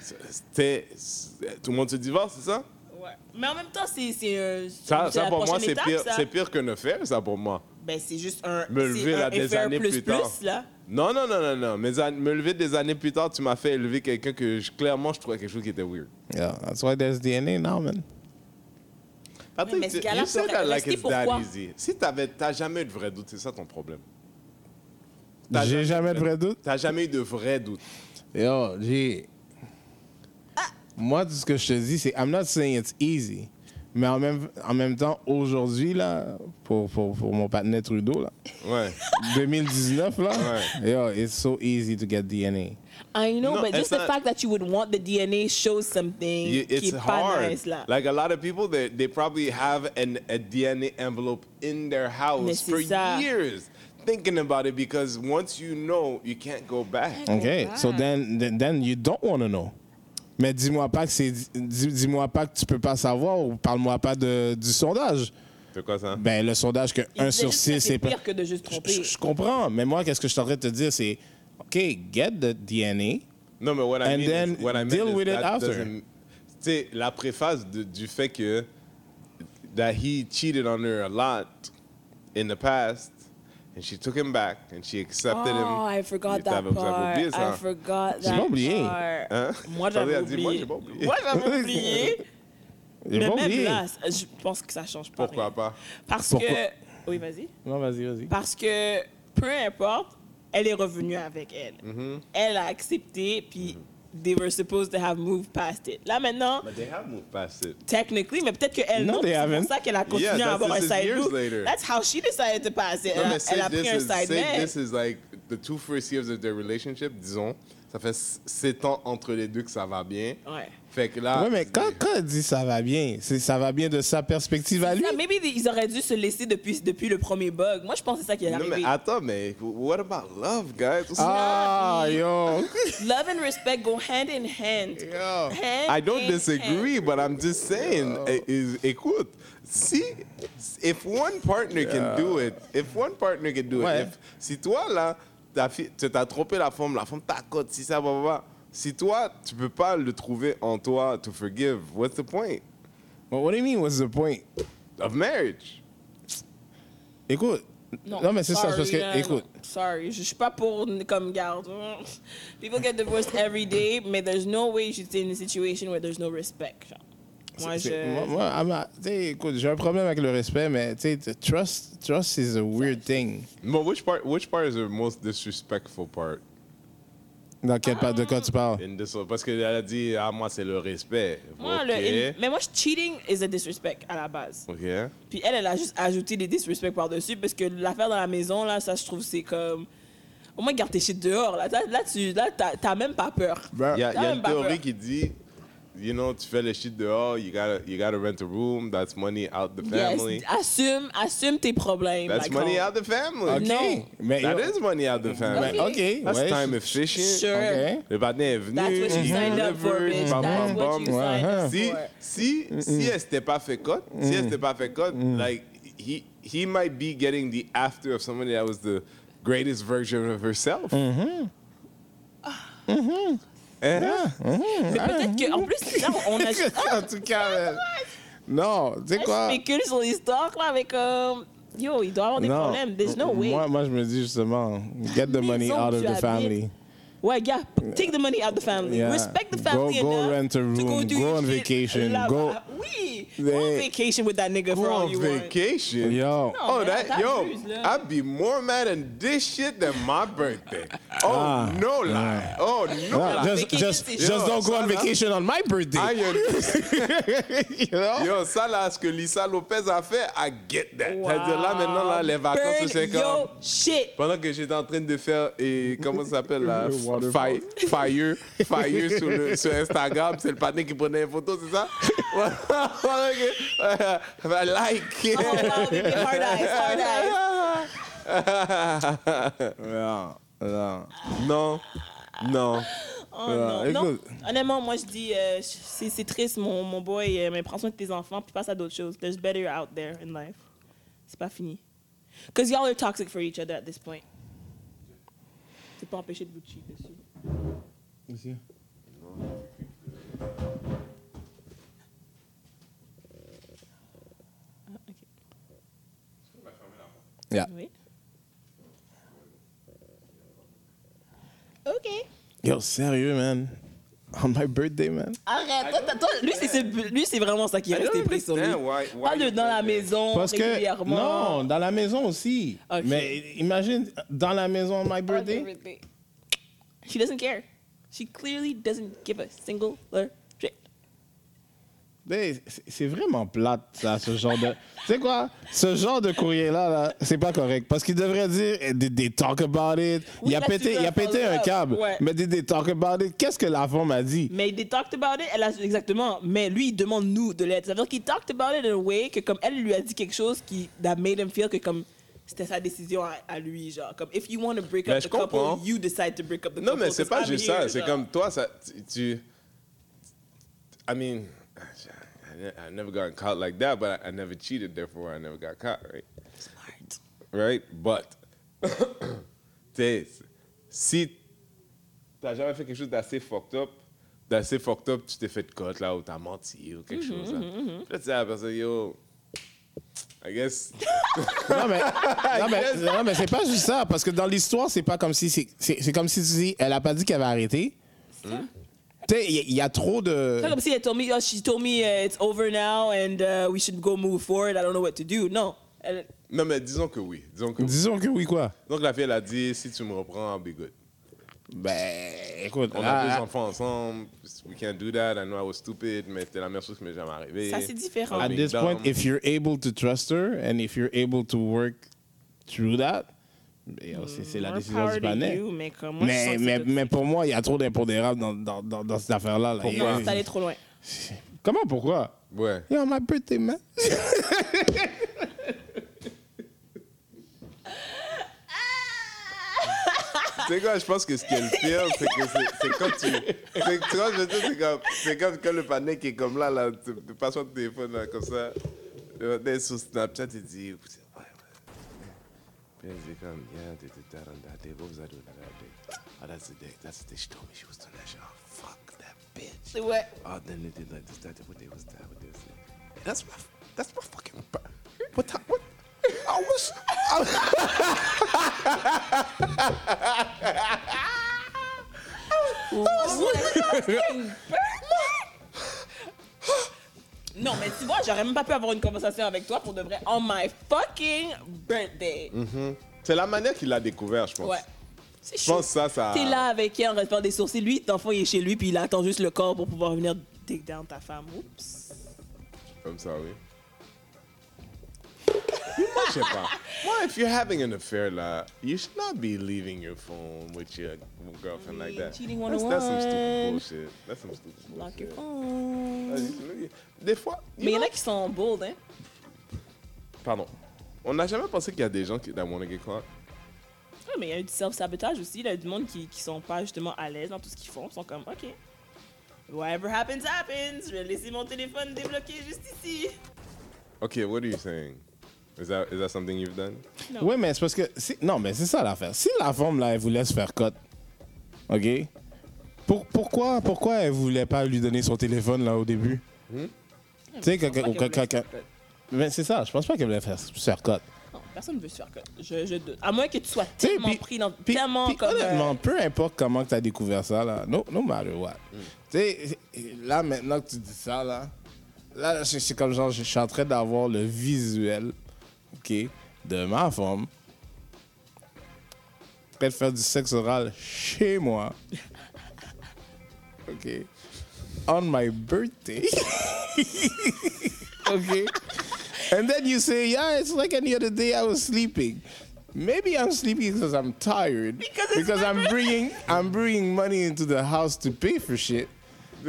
Speaker 1: C'était- c'est- Tout le monde se divorce, c'est ça?
Speaker 2: Ouais. Mais en même temps, c'est c'est un-
Speaker 1: Ça,
Speaker 2: c'est
Speaker 1: ça
Speaker 2: la
Speaker 1: pour moi,
Speaker 2: prochaine
Speaker 1: c'est
Speaker 2: étape,
Speaker 1: pire,
Speaker 2: ça.
Speaker 1: c'est pire que ne faire, ça pour moi.
Speaker 2: Ben, c'est juste un.
Speaker 1: Me
Speaker 2: c'est
Speaker 1: lever
Speaker 2: un
Speaker 1: là, des
Speaker 2: FR
Speaker 1: années plus, tard.
Speaker 2: là.
Speaker 1: Non, non, non, non, non. Mes an- me lever des années plus tard, tu m'as fait élever quelqu'un que je- clairement je trouvais quelque chose qui était weird.
Speaker 3: Yeah, that's why there's DNA now, man.
Speaker 1: Patrick,
Speaker 2: mais ce
Speaker 1: tu-
Speaker 2: gars-là
Speaker 1: you said
Speaker 2: pourrait
Speaker 1: that like
Speaker 2: rester,
Speaker 1: it's that
Speaker 2: pourquoi?
Speaker 1: easy. Si t'avais, t'as jamais eu de vrai doute, c'est ça ton problème. T'as
Speaker 3: J'ai jamais de vrai doute.
Speaker 1: T'as jamais eu de vrai doute.
Speaker 3: Yo, j'ai. moi, tout ce que je te dis, c'est I'm not saying it's easy. Mais en même, en même temps, aujourd'hui, là, pour, pour, pour mon partenaire Trudeau, là,
Speaker 1: Ouais.
Speaker 3: 2019, là, yo, it's so easy to get DNA.
Speaker 2: I know,
Speaker 1: No,
Speaker 2: but
Speaker 1: it's
Speaker 2: just
Speaker 1: not-
Speaker 2: the fact that you would want the DNA shows something
Speaker 1: You- it's
Speaker 2: qui est pas
Speaker 1: hard.
Speaker 2: nice, là.
Speaker 1: Like a lot of people, they, they probably have an, a DNA envelope in their
Speaker 2: Mais
Speaker 1: house
Speaker 2: c'est
Speaker 1: for
Speaker 2: ça.
Speaker 1: years, thinking about it because once you know, you can't go back.
Speaker 3: Okay,
Speaker 2: Oh,
Speaker 3: so then, then, then you don't want to know. Mais dis-moi pas que c'est, dis- dis-moi pas que tu peux pas savoir ou parle-moi pas de, du sondage.
Speaker 1: C'est quoi ça?
Speaker 3: Ben, le sondage que
Speaker 2: Il
Speaker 3: 1
Speaker 2: disait
Speaker 3: sur
Speaker 2: juste que
Speaker 3: 6,
Speaker 2: c'est
Speaker 3: c'est pas.
Speaker 2: pire que de juste
Speaker 3: Je-
Speaker 2: tromper.
Speaker 3: Je, je comprends, mais moi, qu'est-ce que je t'aurais de te dire, c'est OK, get the DNA.
Speaker 1: Non, mais what I
Speaker 3: And
Speaker 1: mean
Speaker 3: then
Speaker 1: is, what I mean
Speaker 3: deal
Speaker 1: is
Speaker 3: with it
Speaker 1: that
Speaker 3: after.
Speaker 1: doesn't- Tu sais, la préface de- du fait que that he cheated on her a lot in the past, and she took him back, and she accepted him.
Speaker 4: Oh, I forgot
Speaker 1: T'as-
Speaker 4: that
Speaker 1: vous avez
Speaker 4: part.
Speaker 1: oublié ça.
Speaker 4: I forgot
Speaker 3: J'ai
Speaker 4: that
Speaker 3: pas oublié.
Speaker 4: part.
Speaker 1: Hein?
Speaker 2: Moi,
Speaker 1: Attendez,
Speaker 2: j'avais
Speaker 1: elle dit, moi,
Speaker 2: oublié.
Speaker 1: j'ai pas oublié.
Speaker 2: Moi, j'avais oublié.
Speaker 3: J'ai
Speaker 2: mais
Speaker 3: pas
Speaker 2: même
Speaker 3: oublié.
Speaker 2: là, je pense que ça change pas.
Speaker 1: Pourquoi
Speaker 2: rien.
Speaker 1: pas?
Speaker 2: Parce
Speaker 3: Pourquoi-
Speaker 2: que. Oui, vas-y.
Speaker 3: Non, vas-y, vas-y.
Speaker 2: Parce que peu importe, elle est revenue avec elle.
Speaker 1: Mm-hmm.
Speaker 2: Elle a accepté, puis they were supposed to have moved past it. Là maintenant,
Speaker 1: But they have moved past it.
Speaker 2: technically, mais peut-être qu'elle
Speaker 3: No,
Speaker 2: non,
Speaker 3: they
Speaker 2: c'est
Speaker 3: haven't.
Speaker 2: pour ça qu'elle a continué
Speaker 1: Yeah,
Speaker 2: à
Speaker 1: that's-
Speaker 2: avoir un
Speaker 1: this is
Speaker 2: side
Speaker 1: years
Speaker 2: move.
Speaker 1: later.
Speaker 2: That's how she decided to pass it.
Speaker 1: Non,
Speaker 2: elle,
Speaker 1: mais
Speaker 2: a-
Speaker 1: c'est-
Speaker 2: elle a pris
Speaker 1: this
Speaker 2: un
Speaker 1: is-
Speaker 2: side
Speaker 1: c'est-
Speaker 2: man.
Speaker 1: This is like the two first years of their relationship, disons. Ça fait s- sept ans entre les deux que ça va bien.
Speaker 2: Ouais.
Speaker 1: Fait que là.
Speaker 3: oui, mais
Speaker 1: c'est-
Speaker 3: quand, quand elle dit ça va bien, c'est ça va bien de sa perspective à lui.
Speaker 2: Là, maybe ils auraient dû se laisser depuis, depuis le premier bug. Moi, je pense que c'est ça qui est
Speaker 1: Non,
Speaker 2: arrivé.
Speaker 1: mais attends, mais what about love, guys?
Speaker 3: Ah,
Speaker 2: Snappy.
Speaker 3: yo.
Speaker 2: Love and respect go hand in hand.
Speaker 1: Yo.
Speaker 2: Hand
Speaker 1: I don't
Speaker 2: in
Speaker 1: disagree, but I'm just saying, eh, is- écoute, si, if one partner can do it, if one partner can do
Speaker 3: Ouais.
Speaker 1: it, if- si toi, là, ta fi- tu t'as trompé la femme, la femme t'accote, si ça, va, va, va. Si toi, tu peux pas le trouver en toi to forgive, what's the point
Speaker 3: Well, what do you mean, what's the point?
Speaker 1: of marriage?
Speaker 3: Écoute. Non, mais c'est ça,
Speaker 2: sorry,
Speaker 3: parce que,
Speaker 2: là, non.
Speaker 3: écoute.
Speaker 2: Sorry, je suis pas pour n- comme garde. People get divorced every day, mais there's no way you should stay in a situation where there's no respect. genre. Moi,
Speaker 3: c'est-
Speaker 2: je.
Speaker 3: moi- moi, à ma- tu sais, écoute, j'ai un problème avec le respect, mais tu sais, t- trust, trust is a weird thing.
Speaker 1: But Bon, which part, which part is the most disrespectful part
Speaker 3: Dans quelle part de quoi tu parles?
Speaker 1: in this? one? Parce qu'elle a dit, ah, moi, c'est le respect.
Speaker 2: Moi,
Speaker 1: ok.
Speaker 2: le- mais moi, je- cheating is a disrespect à la base.
Speaker 1: Ok.
Speaker 2: Puis elle, elle a juste ajouté des disrespects par-dessus parce que l'affaire dans la maison, là, ça, je trouve, c'est comme. Au moins, garde tes shit dehors. Là, là, là, tu- là t'as t'as même pas peur.
Speaker 1: Il y a,
Speaker 2: T'as
Speaker 1: y a
Speaker 2: même
Speaker 1: une
Speaker 2: pas
Speaker 1: théorie
Speaker 2: peur.
Speaker 1: qui dit, you know, tu fais le shit dehors, you gotta, you gotta rent a room, that's money out the family.
Speaker 2: Yes, assume, assume tes problèmes.
Speaker 1: that's
Speaker 2: like, oh,
Speaker 1: money
Speaker 2: on-
Speaker 1: out the family.
Speaker 3: OK.
Speaker 2: Non.
Speaker 3: Mais,
Speaker 1: That
Speaker 3: yo,
Speaker 1: is money out the family.
Speaker 3: mais- OK.
Speaker 1: That's
Speaker 3: ouais,
Speaker 1: time
Speaker 3: je-
Speaker 1: efficient.
Speaker 2: Sure.
Speaker 3: OK.
Speaker 1: Le partenaire est venu.
Speaker 2: That's what you
Speaker 3: Mm-hmm.
Speaker 1: il
Speaker 2: signed up for,
Speaker 1: delivered,
Speaker 2: bitch.
Speaker 1: bam,
Speaker 2: That's
Speaker 1: bam,
Speaker 2: what
Speaker 1: bam.
Speaker 2: you signed
Speaker 3: Ouais, hein.
Speaker 2: up
Speaker 1: Si,
Speaker 2: for.
Speaker 1: si, si elle s'était pas fait cote, si elle s'était pas fait cote, like, he, he might be getting the after of somebody that was the greatest version of herself.
Speaker 3: Mm-hmm.
Speaker 1: Hein?
Speaker 2: Mais
Speaker 3: Ah,
Speaker 2: peut-être que, en plus, là, on a juste.
Speaker 3: en tout cas, euh, non, tu sais
Speaker 2: Je
Speaker 3: quoi?
Speaker 2: spécule sur les stocks, là, avec. euh, Yo, il doit avoir des
Speaker 3: non.
Speaker 2: problèmes. There's no way.
Speaker 3: Moi, moi, je me dis justement, get the money
Speaker 2: Maison
Speaker 3: out
Speaker 2: où
Speaker 3: of
Speaker 2: tu
Speaker 3: the
Speaker 2: habites.
Speaker 3: family.
Speaker 2: Ouais, gars, take the money out of the family.
Speaker 3: Yeah.
Speaker 2: Respect the
Speaker 3: Go-
Speaker 2: family
Speaker 3: go
Speaker 2: enough
Speaker 3: rent a
Speaker 2: to go
Speaker 3: room.
Speaker 2: do
Speaker 3: Go
Speaker 2: your
Speaker 3: on
Speaker 2: shit
Speaker 3: vacation.
Speaker 2: là-bas.
Speaker 3: Go-
Speaker 2: Oui, go on
Speaker 3: They-
Speaker 2: vacation with that nigga for
Speaker 1: Go
Speaker 2: all
Speaker 1: on
Speaker 2: you want.
Speaker 1: vacation.
Speaker 3: Yo.
Speaker 2: Non.
Speaker 1: Oh,
Speaker 2: man,
Speaker 1: that,
Speaker 2: that
Speaker 1: yo,
Speaker 2: bruise, là.
Speaker 1: I'd be more mad at this shit than my birthday. Oh,
Speaker 3: Ah,
Speaker 1: no lie. Oh, no
Speaker 3: Ah,
Speaker 1: lie.
Speaker 3: just,
Speaker 2: Vacation,
Speaker 3: just,
Speaker 2: c'est
Speaker 3: just
Speaker 1: Yo,
Speaker 3: don't go
Speaker 1: ça, là.
Speaker 3: on vacation on my
Speaker 1: I
Speaker 3: birthday.
Speaker 1: un-
Speaker 3: You know?
Speaker 1: yo, ça là, ce que Lisa Lopez a fait, I get that.
Speaker 2: Wow.
Speaker 1: C'est-à-dire là, maintenant, là, les vacances, c'est
Speaker 2: Burn
Speaker 1: comme...
Speaker 2: your shit.
Speaker 1: Pendant que j'étais en train de faire, et comment ça s'appelle là,
Speaker 3: Le waterfall.
Speaker 1: fi- Fire, Fire sur, le- sur Instagram, c'est le panier qui prenait une photo, c'est ça? Pendant que- euh, like.
Speaker 2: Oh, wow, they get hard eyes, hard eyes.
Speaker 3: Non, non.
Speaker 1: Non, non.
Speaker 2: Oh,
Speaker 3: Ah,
Speaker 2: non. non.
Speaker 3: écoute.
Speaker 2: Honnêtement, moi, je dis, euh, c'est c'est triste, mon, mon boy, euh, mais prends soin de tes enfants, puis passe à d'autres choses. There's better out there in life. C'est pas fini. Because y'all are toxic for each other at this point. C'est pas empêché de vous cheat dessus. Ah, ok.
Speaker 3: Yeah.
Speaker 2: Oui. OK.
Speaker 3: Yo, sérieux, man. On my birthday, man.
Speaker 2: Arrête, toi, toi, toi, lui, c'est- c'est lui, c'est vraiment ça qui est resté Ah, pris sur lui.
Speaker 1: understand why- why
Speaker 2: Pas le
Speaker 1: you
Speaker 2: dans la
Speaker 1: did that.
Speaker 2: maison
Speaker 3: Parce que,
Speaker 2: régulièrement.
Speaker 3: non, dans la maison aussi.
Speaker 2: Ok.
Speaker 3: Mais imagine, dans la maison on my birthday.
Speaker 2: She doesn't care. She clearly doesn't give a single shit.
Speaker 3: Mais c'est- c'est vraiment plate, ça, ce genre de. tu sais quoi? Ce genre de courrier-là, là, c'est pas correct. Parce qu'il devrait dire eh, des, des talk about it.
Speaker 2: Oui,
Speaker 3: il a
Speaker 2: là,
Speaker 3: pété,
Speaker 2: tu veux
Speaker 3: il
Speaker 2: un
Speaker 3: a pété un
Speaker 2: follow-up,
Speaker 3: câble.
Speaker 2: ouais.
Speaker 3: Mais des, des talk about it, qu'est-ce que la femme a dit?
Speaker 2: Mais they talked about it, elle a, exactement. Mais lui, il demande nous de l'aide. Ça veut dire qu'il talked about it in a way que comme elle lui a dit quelque chose qui that made him feel que comme c'était sa décision à, à lui, genre comme if you want to break up
Speaker 1: Mais
Speaker 2: the
Speaker 1: je
Speaker 2: couple,
Speaker 1: comprends.
Speaker 2: you decide to break up the
Speaker 1: Non,
Speaker 2: couple.
Speaker 1: mais c'est
Speaker 2: 'cause
Speaker 1: pas
Speaker 2: I'm
Speaker 1: juste
Speaker 2: here,
Speaker 1: ça. C'est
Speaker 2: genre.
Speaker 1: comme toi, ça, tu- tu. I mean, I ne- I never got caught like that, but I, I never cheated, therefore I never got caught, right?
Speaker 2: Smart.
Speaker 1: Right? But, t'sais, si t'as jamais fait quelque chose d'assez fucked up, d'assez fucked up, tu t'es fait cote là, ou t'as menti, ou
Speaker 2: Mm-hmm,
Speaker 1: quelque chose là. Puis là, tu dis à la personne, yo, I guess.
Speaker 3: Non, mais, non, mais, non, mais c'est pas juste ça. Parce que dans l'histoire, c'est pas comme si. c'est- C'est c'est comme si tu dis, elle a pas dit qu'elle va arrêter. Tu sais, il y a- il y, a trop de.
Speaker 2: C'est
Speaker 1: euh,
Speaker 2: pas comme si elle told me, oh, she told me uh, it's over now and uh, we should go move forward. I don't know what to do. Non. Elle-
Speaker 1: Non, mais disons que oui. Disons que oui.
Speaker 3: Disons que oui, quoi.
Speaker 1: Donc la fille, elle a dit, si tu me reprends, I'll be good.
Speaker 3: Ben, écoute,
Speaker 1: On
Speaker 3: là,
Speaker 1: a deux enfants ensemble. We can't do that. I know I was stupid, mais c'était la meilleure chose qui m'est jamais arrivée.
Speaker 2: Ça, c'est différent.
Speaker 1: I'll
Speaker 3: At
Speaker 1: be
Speaker 3: this
Speaker 1: dumb.
Speaker 3: point, if you're able to trust her and if you're able to work through that, eh, oh, c'est c'est la
Speaker 2: More
Speaker 3: décision
Speaker 2: power
Speaker 3: du
Speaker 2: to
Speaker 3: panel.
Speaker 2: you, mais comme moi, je
Speaker 3: Mais,
Speaker 2: sens que
Speaker 3: mais,
Speaker 2: c'est-
Speaker 3: mais pour moi, il y a trop d'impondérables dans, dans, dans, dans cette affaire-là. là.
Speaker 1: Pourquoi?
Speaker 2: Non,
Speaker 3: Il-
Speaker 2: c'est allé trop loin.
Speaker 3: Comment, pourquoi?
Speaker 1: Ouais.
Speaker 3: Yo, my birthday, man.
Speaker 1: Tu sais quoi, je pense que ce qui est le pire, c'est que c'est- c'est quand tu. c'est- Tu vois, je veux dire, c'est comme, c'est comme quand le panier qui est comme là, là, tu, tu passes ton téléphone là, comme ça. Le panier sur Snapchat, il dit. écoute, ouais, ouais. Puis elle dit comme, yeah, they did that on that day. What was I doing on that day? Oh, that's the day. That's the day she told me she was doing that shit. Oh, fuck that bitch.
Speaker 2: Ouais.
Speaker 1: Oh, then they did like this, that, what they was that, what they was that. That's my, that's my fucking. bu- What time? What? I was. I,
Speaker 2: Non, mais tu vois, j'aurais même pas pu avoir une conversation avec toi pour de vrai on my fucking birthday.
Speaker 1: c'est la manière qu'il l'a découvert, je pense.
Speaker 2: Ouais. C'est
Speaker 1: Mm. Je
Speaker 2: chaud.
Speaker 1: pense que ça, ça.
Speaker 2: T'es là avec elle en respectant des sourcils. Lui, ton enfant, il est chez lui, puis il attend juste le corps pour pouvoir venir take down ta femme. Oups.
Speaker 1: Comme ça, oui. Moi, je sais pas. Moi, if you're having an affair, là, you should not be leaving your phone with your girlfriend like that.
Speaker 2: Cheating
Speaker 1: That's, that's some stupid
Speaker 2: 101.
Speaker 1: bullshit. That's some stupid
Speaker 2: Lock your
Speaker 1: bullshit.
Speaker 2: phone.
Speaker 1: Des fois. you
Speaker 2: Mais il y en
Speaker 1: know-
Speaker 2: a qui sont bold, hein.
Speaker 1: Pardon. On n'a jamais pensé qu'il y a des gens qui that wanna get caught.
Speaker 2: Ouais, mais il y a eu du self-sabotage aussi. Il y a du monde qui, qui sont pas justement à l'aise dans tout ce qu'ils font. Ils sont comme, OK, whatever happens, happens. Je vais laisser mon téléphone débloqué juste ici.
Speaker 1: Okay, what are you saying? Is that is that something you've done?
Speaker 2: Non.
Speaker 3: Oui, mais c'est parce que. si- Non, mais c'est ça l'affaire. Si la femme, là, elle voulait se faire cote, OK? Pour- pourquoi, pourquoi elle voulait pas lui donner son téléphone, là, au début? Tu sais, quand.
Speaker 2: Je pense pas
Speaker 3: quand-
Speaker 2: qu'elle voulait
Speaker 3: quand- quand-
Speaker 2: se faire
Speaker 3: Mais c'est ça, je pense pas qu'elle voulait faire, se faire cote.
Speaker 2: cut. Non, personne ne veut se faire cut. Je, je doute. À moins que tu sois
Speaker 3: Tu sais,
Speaker 2: tellement
Speaker 3: puis-
Speaker 2: pris dans
Speaker 3: puis-
Speaker 2: tellement
Speaker 3: puis
Speaker 2: comme. euh,
Speaker 3: honnêtement, peu importe comment tu as découvert ça, là, no, no matter what. Tu sais, là, maintenant que tu dis ça, là, là, là, je je suis comme genre, je suis en train d'avoir le visuel, OK, de ma femme, prêt de faire du sexe oral chez moi, OK, on my birthday, OK, and then you say, yeah, it's like any other day I was sleeping. Maybe I'm sleeping because I'm tired.
Speaker 2: Because it's
Speaker 3: because
Speaker 2: my
Speaker 3: I'm bringing I'm bringing money into the house to pay for shit.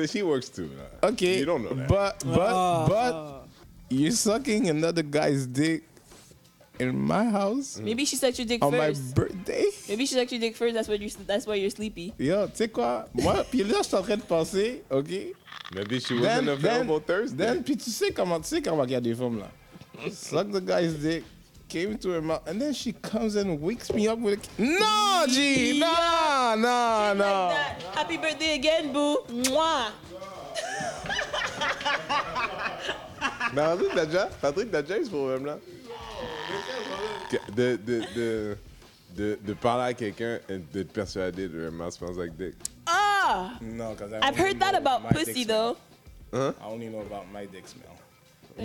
Speaker 1: She works too. là.
Speaker 3: Okay.
Speaker 1: You don't know that.
Speaker 3: But but
Speaker 2: Ah.
Speaker 3: but you're sucking another guy's dick in my house
Speaker 1: Mm.
Speaker 2: Maybe she sucked your dick
Speaker 3: on Oh my
Speaker 2: first.
Speaker 3: birthday.
Speaker 2: Maybe she sucked your dick first. That's why you're, that's why you're sleepy.
Speaker 3: Yo, tu sais quoi? Moi, puis là, je suis en train de penser, OK?
Speaker 1: Maybe she wasn't available Thursday.
Speaker 3: then, puis tu sais comment, tu sais comment il y a des femmes, là. Suck the guy's dick, came into her mouth, and then she comes and wakes me up with a... ki- No, G! No, no,
Speaker 2: Like
Speaker 3: no.
Speaker 2: that. Happy birthday again, boo. Mwah.
Speaker 1: Mais Patrick Dadja, Patrick Dadja, il ce problème-là. Que- De, de, de, de, de parler à quelqu'un et de te persuader de vraiment se penser avec dick.
Speaker 2: Ah!
Speaker 3: No, because
Speaker 2: I've heard that about pussy, though.
Speaker 3: I only know about my dick smell.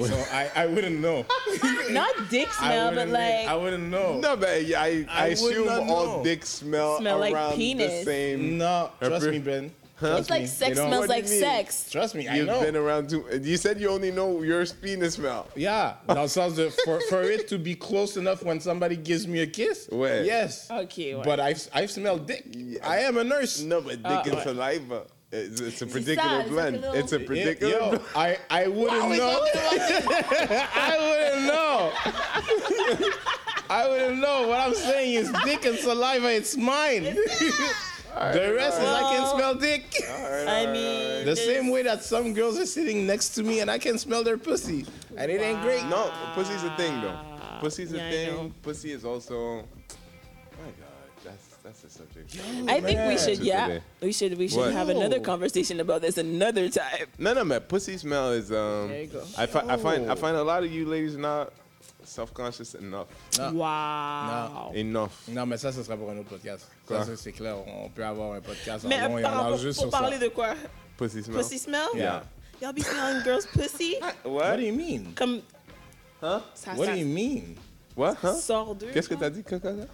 Speaker 3: So I, I wouldn't know.
Speaker 2: Not dick smell, but like.
Speaker 3: wouldn't know.
Speaker 1: Non, mais I, I,
Speaker 3: I would
Speaker 1: assume
Speaker 3: not
Speaker 1: all
Speaker 3: know.
Speaker 1: dick smell,
Speaker 2: Smell like
Speaker 1: around
Speaker 2: penis.
Speaker 1: the same.
Speaker 3: No, trust
Speaker 1: Pepper.
Speaker 3: me, Ben.
Speaker 4: It's like sex
Speaker 3: You know?
Speaker 4: smells
Speaker 1: What do
Speaker 4: like
Speaker 1: you mean?
Speaker 4: sex.
Speaker 3: Trust me, I
Speaker 1: You've
Speaker 3: know.
Speaker 1: been around too. You said you only know your penis smell.
Speaker 3: Yeah, dans le sens de for, for it to be close enough when somebody gives me a kiss.
Speaker 1: Ouais.
Speaker 3: Yes.
Speaker 2: Okay, ouais.
Speaker 3: But I've, I've smelled dick. I am a nurse.
Speaker 1: No, but dick
Speaker 2: Ah,
Speaker 1: and
Speaker 2: ouais.
Speaker 1: saliva. It's, it's a particular
Speaker 4: Uh, it's like a
Speaker 1: blend.
Speaker 4: little-
Speaker 1: It's a
Speaker 3: Yeah,
Speaker 1: particular.
Speaker 3: yo, I, I wouldn't
Speaker 4: Wow, we
Speaker 3: know.
Speaker 4: talking about
Speaker 3: I wouldn't know. I wouldn't know. What I'm saying is dick and saliva, it's mine. the rest is I can smell dick.
Speaker 1: uh,
Speaker 2: I mean,
Speaker 3: uh, The same way that some girls are sitting next to me and I can smell their pussy. And it ain't great.
Speaker 1: No, pussy's a thing though.
Speaker 2: Ah,
Speaker 1: Pussy's a
Speaker 2: yeah, I know.
Speaker 1: thing. Pussy is also. My God, that's that's a subject.
Speaker 2: I think we
Speaker 3: man.
Speaker 2: should, yeah,
Speaker 1: Today.
Speaker 2: we should, we should
Speaker 1: What?
Speaker 2: have
Speaker 3: No.
Speaker 2: another conversation about this another time.
Speaker 1: No, no, man. Pussy smell is um.
Speaker 2: There you go.
Speaker 1: I, fi- I find I
Speaker 3: Yo.
Speaker 1: find a lot of you ladies not self-conscious enough.
Speaker 3: Ah.
Speaker 2: Wow.
Speaker 1: Enough.
Speaker 3: Non, mais ça, ce sera pour un autre podcast.
Speaker 1: Quoi?
Speaker 3: Ça, ça, c'est clair. On peut avoir un podcast en
Speaker 2: Mais
Speaker 3: long
Speaker 2: euh,
Speaker 3: et en
Speaker 2: par rapport,
Speaker 3: large
Speaker 2: pour
Speaker 3: juste sur ça.
Speaker 2: parler de quoi?
Speaker 1: Pussy smell.
Speaker 2: Pussy smell?
Speaker 1: Yeah.
Speaker 2: Y'all be smelling girls' pussy?
Speaker 3: What
Speaker 1: What?
Speaker 3: do you mean?
Speaker 2: Comme
Speaker 1: Huh?
Speaker 2: ça,
Speaker 3: What
Speaker 2: ça
Speaker 3: do you mean?
Speaker 1: What? Huh?
Speaker 2: sort d'eux.
Speaker 1: Qu'est-ce que
Speaker 2: genre.
Speaker 1: t'as dit, Coca? là?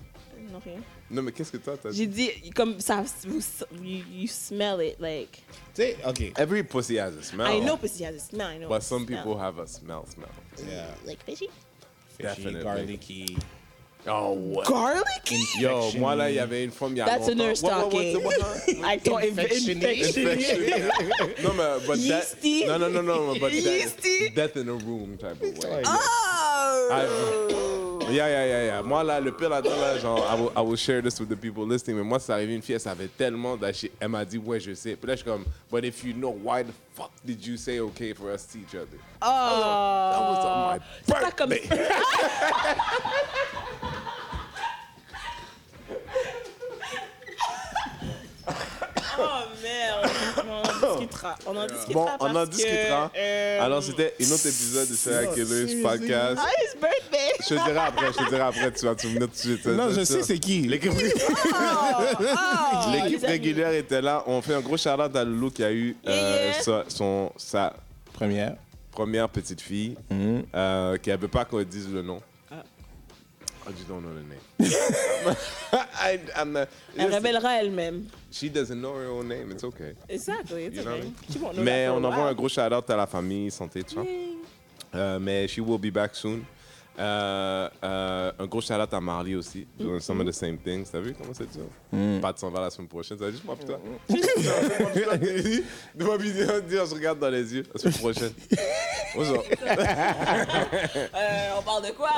Speaker 2: Non, rien.
Speaker 1: Non, mais qu'est-ce que toi t'as dit?
Speaker 2: J'ai dit, comme ça, vous, you, you smell it, like.
Speaker 3: Tu sais, OK.
Speaker 1: Every pussy has a smell.
Speaker 2: I know pussy has a smell, I know.
Speaker 1: Oh. But
Speaker 2: it's a
Speaker 1: some
Speaker 2: smell.
Speaker 1: people have a smell smell.
Speaker 3: Yeah.
Speaker 2: Like fishy?
Speaker 3: Fishy,
Speaker 1: Definitely.
Speaker 3: garlicky.
Speaker 1: Oh, what?
Speaker 2: Garlic?
Speaker 1: Yo, moi là, il y avait une femme il y a
Speaker 2: That's a
Speaker 1: longtemps.
Speaker 2: nurse
Speaker 1: What- what-
Speaker 2: talking.
Speaker 1: what's the- what- huh?
Speaker 2: I thought
Speaker 3: Infectionné.
Speaker 2: infection.
Speaker 1: no, man, but
Speaker 2: Yeasty.
Speaker 1: that. No, no, no, no, but
Speaker 2: Yeasty.
Speaker 1: that, death in a room type of way.
Speaker 2: Oh!
Speaker 1: Yeah, yeah, yeah, yeah. Moi, là, le pire là-dedans, là, genre, I will, I will share this with the people listening, mais moi, c'est arrivé une fille, elle savait tellement, that she- elle m'a dit, ouais, je sais. Puis là, je suis comme, but if you know, why the fuck did you say okay for us to each other? That was on
Speaker 2: Oh!
Speaker 1: my
Speaker 2: C'est pas comme
Speaker 1: birthday.
Speaker 2: Oh merde! On en discutera. On en discutera.
Speaker 1: Bon, on en
Speaker 2: parce que,
Speaker 1: discutera.
Speaker 2: euh,
Speaker 1: Alors, c'était un autre épisode de
Speaker 2: Oh,
Speaker 1: Serial Killers podcast.
Speaker 2: Ah, it's birthday!
Speaker 1: Je te dirai après, je te dirai après, tu vas te souvenir tout de suite.
Speaker 3: Non, je
Speaker 1: Ça.
Speaker 3: sais c'est qui.
Speaker 1: L'équipe
Speaker 2: Oh,
Speaker 1: l'équipe
Speaker 2: les amis.
Speaker 1: régulière était là. On fait un gros shout-out à Loulou qui a eu euh,
Speaker 2: Yeah, yeah.
Speaker 1: sa- son, sa
Speaker 3: Première.
Speaker 1: première petite fille euh, qui ne veut pas qu'on dise le nom. Ah, I just don't know the name. I, I'm not-
Speaker 2: Elle révélera elle-même.
Speaker 1: she doesn't know her own name. It's okay.
Speaker 2: Exactly, it's
Speaker 1: You know what I
Speaker 2: okay.
Speaker 1: mean?
Speaker 2: She won't know
Speaker 1: Mais
Speaker 2: that for
Speaker 1: on
Speaker 2: a
Speaker 1: envoie un
Speaker 2: while.
Speaker 1: gros shout-out à la famille, santé, tout ça. Euh, mais she will be back soon. Euh, euh, un gros shout-out à Marley aussi, doing some of the same things. T'as vu comment c'est dur? Pat s'en va la semaine prochaine, ça juste moi putain. De ma vidéo, dire, je regarde dans les yeux, la semaine prochaine. Bonjour.
Speaker 2: Euh, on parle de quoi?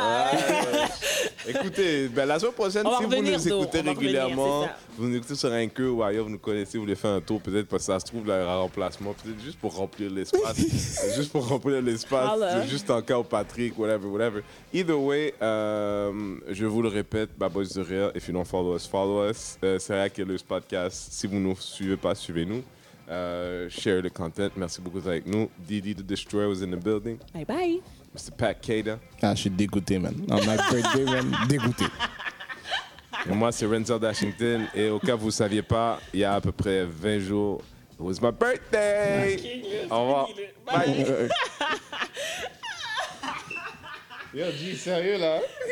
Speaker 1: Écoutez, ben, la semaine prochaine,
Speaker 2: On va
Speaker 1: si vous
Speaker 2: revenir,
Speaker 1: nous
Speaker 2: Zo,
Speaker 1: écoutez
Speaker 2: on va revenir,
Speaker 1: régulièrement,
Speaker 2: c'est ça.
Speaker 1: vous nous écoutez sur un queue ou ailleurs, vous nous connaissez, vous voulez faire un tour, peut-être parce que ça se trouve là, un remplacement, peut-être juste pour remplir l'espace, juste pour remplir l'espace,
Speaker 2: Voilà.
Speaker 1: c'est juste encore Patrick, whatever, whatever. Either way, euh, je vous le répète, Baboy de Real, if you don't follow us, follow us. Euh, C'est vrai que le podcast, si vous ne nous suivez pas, suivez-nous. Euh, share the content, merci beaucoup d'être avec nous. Didi the Destroyer was in the building.
Speaker 2: Bye bye.
Speaker 1: Mr. Pat Kada.
Speaker 3: Ah, je suis dégoûté, man. On my birthday, man. Dégoûté.
Speaker 1: Et moi, c'est Renzel Dashington. Et au cas où vous ne saviez pas, il y a à peu près 20 jours, it was my birthday! Au revoir.
Speaker 2: Bye.
Speaker 1: Yo, G, sérieux là? hein?